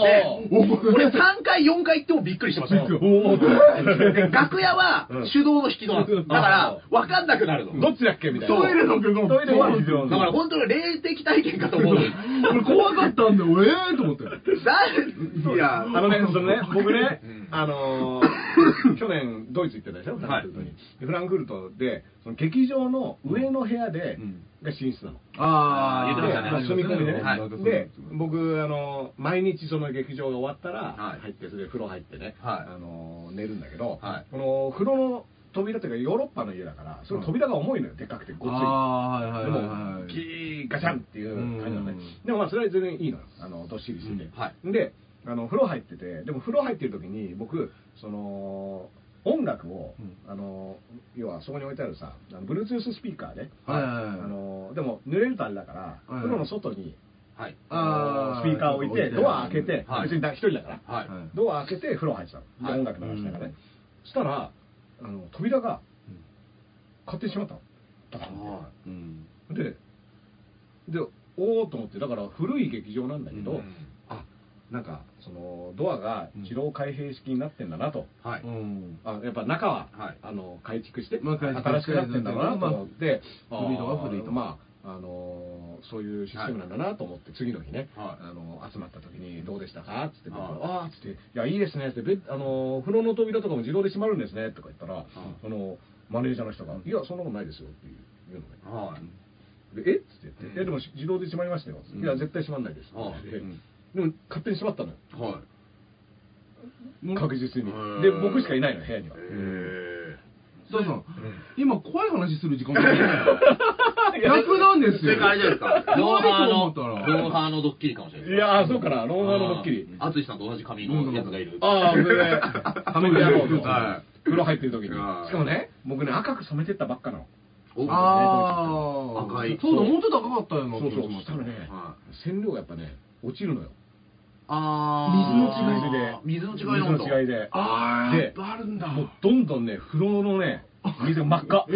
で、おー俺3回、4回行ってもびっくりしてましたよ。おー楽屋はうん手動の引き戸なんですだから、わかんなくなるの。どっちだっけみたいな。トイレの部分トイレは必要だかなのら本当に霊的体験かと思う。俺怖かったんだよ ええー、と思ってだいや、あのね、そのね、僕ねうん、あの ー去年、ドイツ行ってたでしょ、フランクフルトに。でフランクフルトで、その劇場の上の部屋で、が寝室なの。あー言ってましたねで住み込みでね。はいで、僕、あのー毎日その劇場が終わったらは、い入って、それで風呂入ってね、はいあのー寝るんだけど、はいこの風呂の扉っていうか、ヨーロッパの家だから、その扉が重いのよ、でかくて、ごつい。あーはいはいはいもはういギーガチャンっていう感じなのねうんでもまあそれは全然いいのよあのどっしりしてて、うんはいであの風呂入っててでも風呂入ってる時に僕その音楽を、うあの要はそこに置いてあるさあの Bluetooth スピーカーで、はいはいはいあのでも濡れるとあれだから、いはい風呂の外にはい。あのあースピーカーを置いて置いてドア開けて、はい別にだ一人だから、はい。はいドア開けて風呂入ってたの、はいで音楽流しながらね、そしたらあの扉が勝手に閉まったのドカンってはうんででおおと思ってだから古い劇場なんだけど、うんあなんかそのドアが自動開閉式になってんだなと、い。はい。うんあやっぱ中は、はいあの改築して、まあ改築して新しくなってんだなと思って、まああー古いのは古いとまああのーそういうシステムなんだなと思って、次の日ね、はいあのー集まった時にどうでしたかっつって僕はいああーっつって「いやいいですね」ってベッあのー風呂の扉とかも自動で閉まるんですね」とか言ったら、あのーマネージャーの人が「いやそんなことないですよ」っていう言うのねはい。でえっつって言って、うんいやでも自動で閉まりましたよ、うんいや絶対閉まんないです、ああでうんでも勝手に閉まったのよはい。確実にうんで僕しかいないの部屋にはえダンさん今怖い話する時間ない逆なんでー。すよ正解じゃないですか。ノウハウの、怖いと思ったらノウハウのドッキリかもしれないいやーそうかなロンハーのドッキリあついさんと同じ髪のやつがいる。ああ、それで、髪の毛やろうとは。風呂入ってる時に。しはいかもね、僕ね、赤く染めてったばっかなの。おああ赤いそうだもうちょっと赤かったよそなうそう。気がそししたまらすねは、染料がやっぱね、落ちるのよ。あー水の違いで。水の違いなんだ水の違いで。ああでやっぱあるんだもうどんどんね、風呂のね、水が真っ赤。え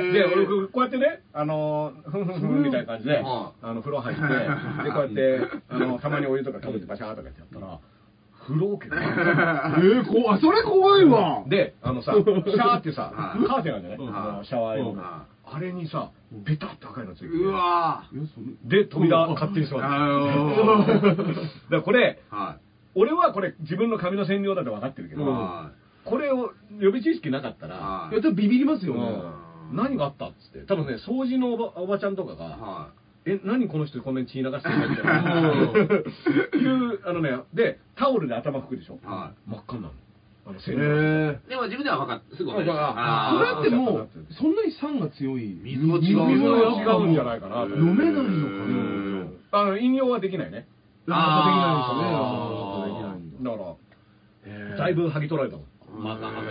ーで、俺、こうやってね、あのー、ふんふんふんみたいな感じで、はあの、風呂入って、で、こうやって、あの、たまにお湯とかかぶってバシャーとかやってやったら、風呂桶が真っ赤。えー、こあそれ怖いわで、あのさ、シャーってさは、いカーテンあるじゃないうんあのシャワー用うんの。あれにさ、ベタって赤いのついててうわいやそれで、扉勝手に閉まってある。だーからこれ、ー。は俺はこれ自分の髪の染料だって分かってるけい。ど、はこれを予備知識なかったい。ら、はいや多分ビビりますよね、うん何があったっつって。多分ね、掃除のおばおばちゃんとかい。が、はえ、何この人こんなに血流してるの みた いな。いう、あのね、で、タオルで頭拭くでしょ。は真っ赤になるの。あの、へ染料。えい。でも自分では分かっすぐ分かりましあそーれたってもうそんなに酸が強い水も違う水も水のやっぱ違うんじゃないかなと飲めないのかうなんあの飲料はできないね。あーできないんですよねだから、だいぶ剥ぎ取られたもん。まあまあまあ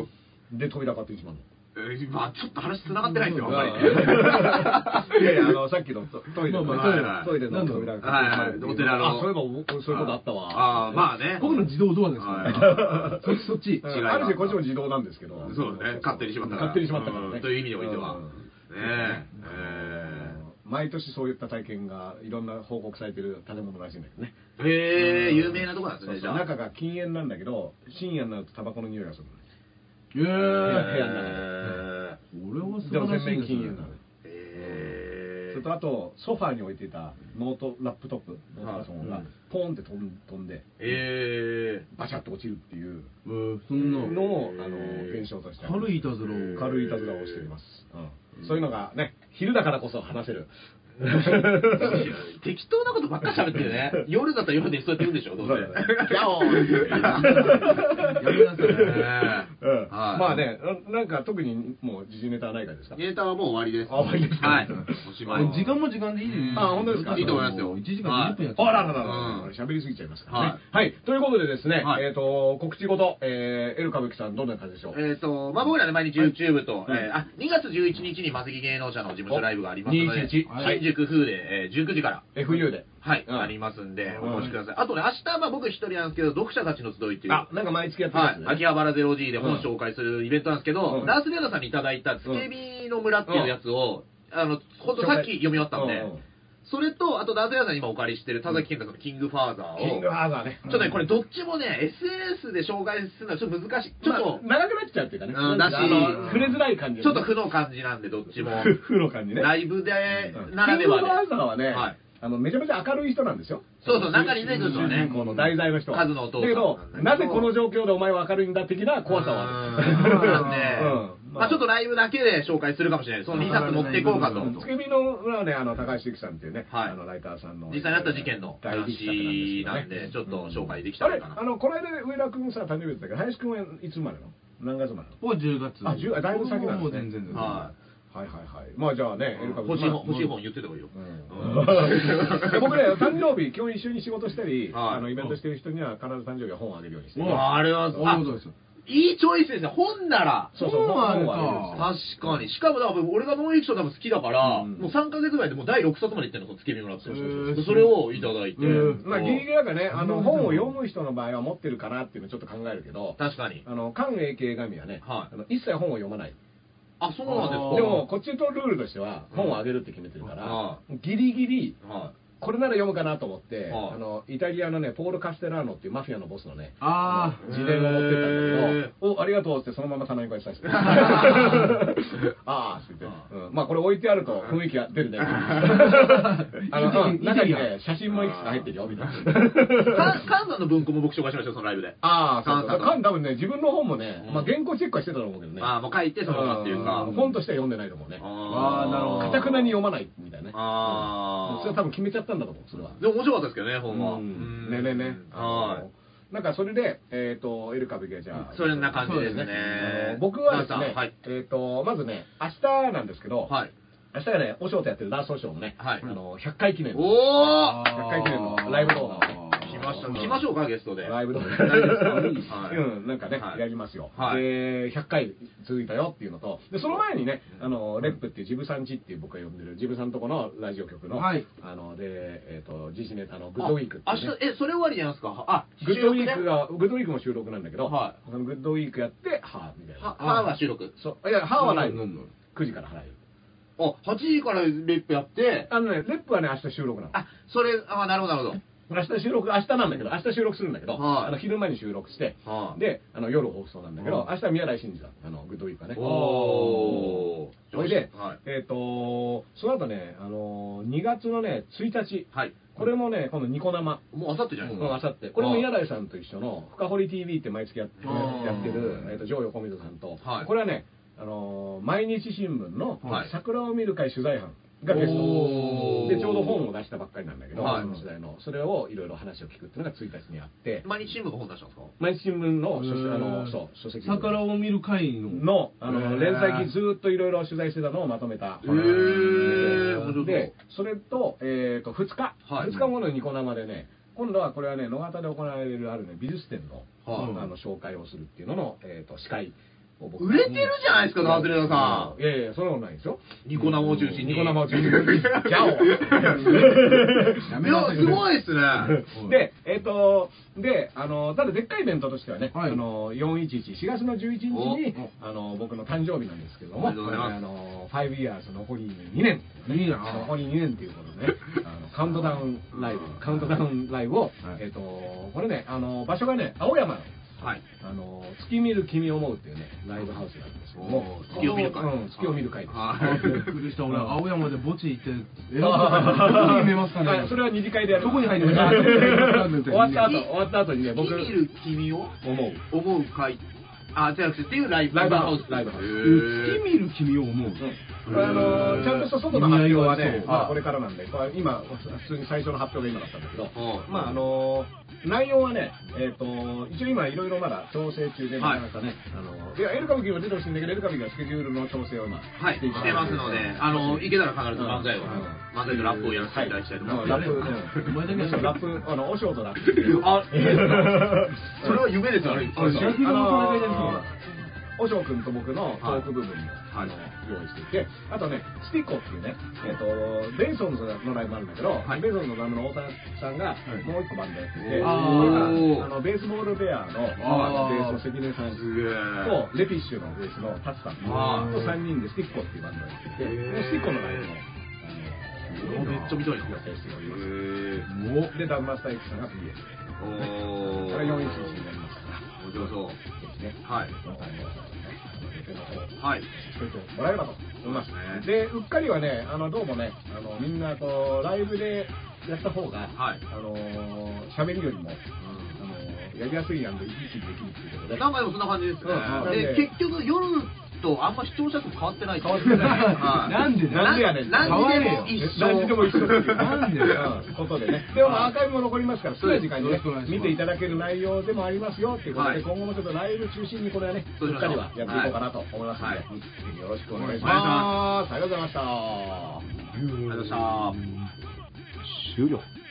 うんで、扉買ってしまうの。えーまあちょっと話繋がってないですよ、あ んまりね。いやいや、あの、さっきのトトイレの、まあまあトイレの扉が買ってしまうっていうはいはいお寺のあ、そういえば、おそういうことあったわ。ああ、まあね。僕の自動ドアですから、 そっちそっちうん違いがある種、こっちも自動なんですけど。そうだね。勝手にしまったから。勝手にしまったからうね。んという意味においては。うねんえ。毎年そういった体験がいろんな報告されてる建物らしいんだけどね。えーへえ、有名なとこなんですそうね、じそゃうあ。中が禁煙なんだけど、深夜になるとタバコの匂いがするのね。ええ部屋の中でへ俺は素でも晴ら全しい面禁煙ですねなのね。え。へそえれとあと、ソファーに置いていたノートラップトップ、ノートパソコンはがい、ポーンって飛ん飛んで、へえ。バシャッと落ちるっていううんそんなのをへ、ーあの、現象として。軽いいたずらを軽いいたずらをしております。うんそういうのがね、昼だからこそ 話せる。適当なことばっか喋ってるね。夜だったら夜でそうやって言うんでしょ、どうせ。ギャオーやめなさいねねえうはんいままあね、ななんか特にもう時事ネタはないからですか。データはもう終わりです。あ終わりですかはい。おし時まい。間も時間でいいですあ本当ですかいいと思いますよ1時間20分やってあるらららうらん、喋、りすぎちゃいますからはね。はい。ということでですね、はいえっ、と、告知ごと、えー、エル歌舞伎さん、どんな感じでしょうえっ、と、まあ、僕らね、毎日 YouTube と、はいえーあ、2月11日にマセキ芸能者の事務所ライブがありますので、 21はい新宿風で、えー19時から、 ?FU で。はい、うんありますんで、うんお越しください。あとね、明日、まあ、僕一人なんですけど、読者たちの集いっていう、あ、なんか毎月やってまはすいね。、秋葉原 0G で本紹介するイベントなんですけど、うんダース・ベイダーさんにいただいた、つけびの村っていうやつを、あの、ほんとさっき読み終わったんで、うんそれと、あとダース・ベイダーさんに今お借りしてる、田崎健太さんのキングファーザーを、キングハーザーね。ちょっとね、これどっちもね、SNS で紹介するのはちょっと難しい。ちょっと、まあ長くなっちゃうっていうかね。うんだしあの触れづらい感じ、ちょっと負の感じなんで、どっちも。ふふの 感じね。ライイブで、ならではで。キングバーザーはね、はいあの、めちゃめちゃ明るい人なんですよ。そうそう中に出てくるのはね主人公の題材の人は。カズのお父さんだけどなんだけ、どなぜこの状況でお前は明るいんだ的な怖さはある。うんなんで、うんまあちょっとライブだけで紹介するかもしれない。その2冊持っていこうかと。つけびの裏はね、あの、高橋由紀さんっていうね、はいあの、ライターさんの。実際にあった事件の大力作なん話ですけどなねんで、ちょっと紹介できたあらいいれかな。あの、この間、上田君さ、誕生日だったけど、林君はいつ生まれなの何月生まれなのもう10月あ10あだいぶ先なんですねもう全然全然ははいはいはい。まあじゃあね、エルカブ欲しい本、まあ欲しい本言ってた方がいいよ。 うん僕ね、誕生日、今日一緒に仕事したり、はいあのイベントしてる人には必ず誕生日は本をあげるようにしてうる。んわあれは、そういうことですよいいチョイスですね。本なら。そうそう、本本はあるかをあ確かに。しかも、だから俺がノンフィクション多分好きだから、うんもう3ヶ月ぐらいでもう第6冊までいってるの、そのつけ身もらってそうそうそうでそれをいただいて。へーる。まあギリギリだからね、あの本を読む人の場合は持ってるかなっていうのちょっと考えるけど、確かに。あの関英系神はね、はいあの一切本を読まない。あ、そうなんですあかーでも、こっちとルールとしては、本をあげるって決めてるかはら、ギリギリ、はこれなら読むかなと思って、はいあのイタリアのね、ポール・カステラーノっていうマフィアのボスのね、あーの自伝を持ってったんだへけど、おありがとうってそのまま頼み越 し させて、あーって言って、うんまあこれ置いてあると雰囲気が出る ね。あのうん中にね、写真もいくつか入ってるよ、みたい い。な。カンカンさんの文庫も僕紹介しましたよ、そのライブで。ああ、そうカそう。ンさんカン多分ね、自分の本もね、うんまあ原稿チェックはしてたと思うけどね。ああ、もう書いてそのままっていうか。ん本としては読んでないと思うね。あーなるほどかたくなに読まないみたいなね。あーそれは多分決めちゃったんだと思う、それは。でも面白かったですけどね、本は。うんねねね。あはのなんかそれで、えっ、と、エル歌舞伎はじゃあ。そんな感じですねそうあの僕はですダンね、サーはいえっ、と、まずね、明日なんですけど、い。はい。明日がね、お仕事やってるダンスおショーのね、はいあの、100回記念の。おー100回記念のライブ動画をね来ました。来ましょうか、ゲストで。ライブ動画。大丈夫ですかはいうん、なんかね、はいやりますよ、はいで、100回続いたよっていうのと、で、その前にね、あの、レップっていうジブさんちっていう僕が呼んでる、ジブさんとこのラジオ局の、はいあの、で、えっ、と、時事ネタのグッドウィークってあいう、明ね日、え、それ終わりじゃないですか。あ、グッドウィ収ーク録ね。が、グッドウィークも収録なんだけど、はそのグッドウィークやって、はぁ、みたいはな。、はは収録。そう、いや、はぁはライブ。うん9時から払える。あ、8時からレップやって、あのね、レップはね、明日収録なの。あ、それ、あ、なるほど、なるほ明日収録、明日なんだけど、明日収録するんだけど、はいあの昼間に収録して、ど。はで、あの夜放送なんだけど、は明日は宮台真司さん、あの、グッドウィークはね。おーそれで、はいえっ、とその後ね、あの2月のね、1日、はい。これもね、今度ニコ生。もう明後日じゃないですもうか。あさってこれも宮台さんと一緒の「深掘り TV」って毎月やってあーやってる、えっと上横溝さんと、はいこれはね、あのー毎日新聞のはい「桜を見る会取材班」がゲおストーでちょうど本を出したばっかりなんだけど、はいその取材のそれをいろいろ話を聞くっていうのが1日にあって毎日新聞が本出したんですか毎日新聞の書籍あへのーそう書籍桜を見る会ののあへーの連載記ずーっといろいろ取材してたのをまとめたへー面白そうでそれと,、えー、と2日、はい2日後のニコ生でね今度はこれはね野方で行われるあるね美術展の,、はいあの紹介をするっていうのの、えー、と司会を僕売れてるじゃないですか、ダースレダーさいやいやそんなことないですよん。ニコ生を中心に。ニコ生を中 心にいギャオやめなさや、すいごいですね。で、えっ、と、で、あの、ただでっかいイベントとしてはね、はいあの、411、4月の11日にお、あの、僕の誕生日なんですけどおも、めでとうございますあの、5 years 残り2年、いいな残り2年ということでね、あのカウントダウンライブうん、カウントダウンライブを、いえっ、と、これね、あの、場所がね、青山の、はい。あの、月見る君を思うっていうね、ライブハウスなんですけどもおー、月を見る会うん月を見る会です。はあびっくりした俺青山で墓地行ってえらあー どこに見えますかはねいそれは二次会でやる。どこに入る のかな終わった後、終わった後にね、君僕、見る君を思う。思う会。あ、違う違う、っていうライブ。ライブハウスライブハウスへ月ー見る君を思うあのちゃんとした外の発表は意味合いはねそ、うまああ、これからなんで、まあ、今、普通に最初の発表が今だったんだけど、うんまああの内容はね、えっと一応今、いろいろまだ調整中で、はいなかなかね、あのいや、エル歌舞伎は出てほしいんだけど、エル歌舞伎はスケジュールの調整を今、はい、してますので、あの、いけたら必ず漫才を、漫才とラップをやらせていただきたいと思いラますッ。プ、お前だけはラップ、あの、お仕事ラップ。 あ、 それは夢ですよ、あれ。ああ逆にのお互いにそうなんだおしょうくんと僕のトーク部分も、はいあの用意していて、あとね、スティコっていうね、えっ、と、ベンソンズのライブあるんだけど、はいベンソンズのライブの大田さんが、いもう一個バンドやってて、おーこれがあのベースボールベアの、あーベースの関根さんすげーと、レピッシュのベースのタツさんとあー3人でスティッコっていうバンドをやってて、へースティッコのライブも、あのめっちゃ見たいな予定しております。もうで、ダブマスター X さんが BS。おーこれ411になります。面白そう。ねはい。また皆さんね予定の方をはい。作ってもらえればと思いますそうですねで、うっかりはね、あのどうもね、あのみんなこうライブでやった方が、はいあのー喋るよりも、あのーやりやすいやんで、いちいちできるっていうことで。なんかでもそんな感じですねうで、ん。結局夜とあんま視聴者数変わってないっていう変わってないはいなんでだよなんでやねんな変わんれでよも一緒。何時でも一緒っていうなんでうんことでね。でもアーカイブも残りますから、好きな時間にねよろしくお願いします見ていただける内容でもありますよっていうことで、はい今後もちょっとライブ中心にこれはね、そうししましっかょうりはやっていこうかなと思いますのはで、いぜひよろしくお願いしお願いします。ありがとうございました。ありがとうございました。終了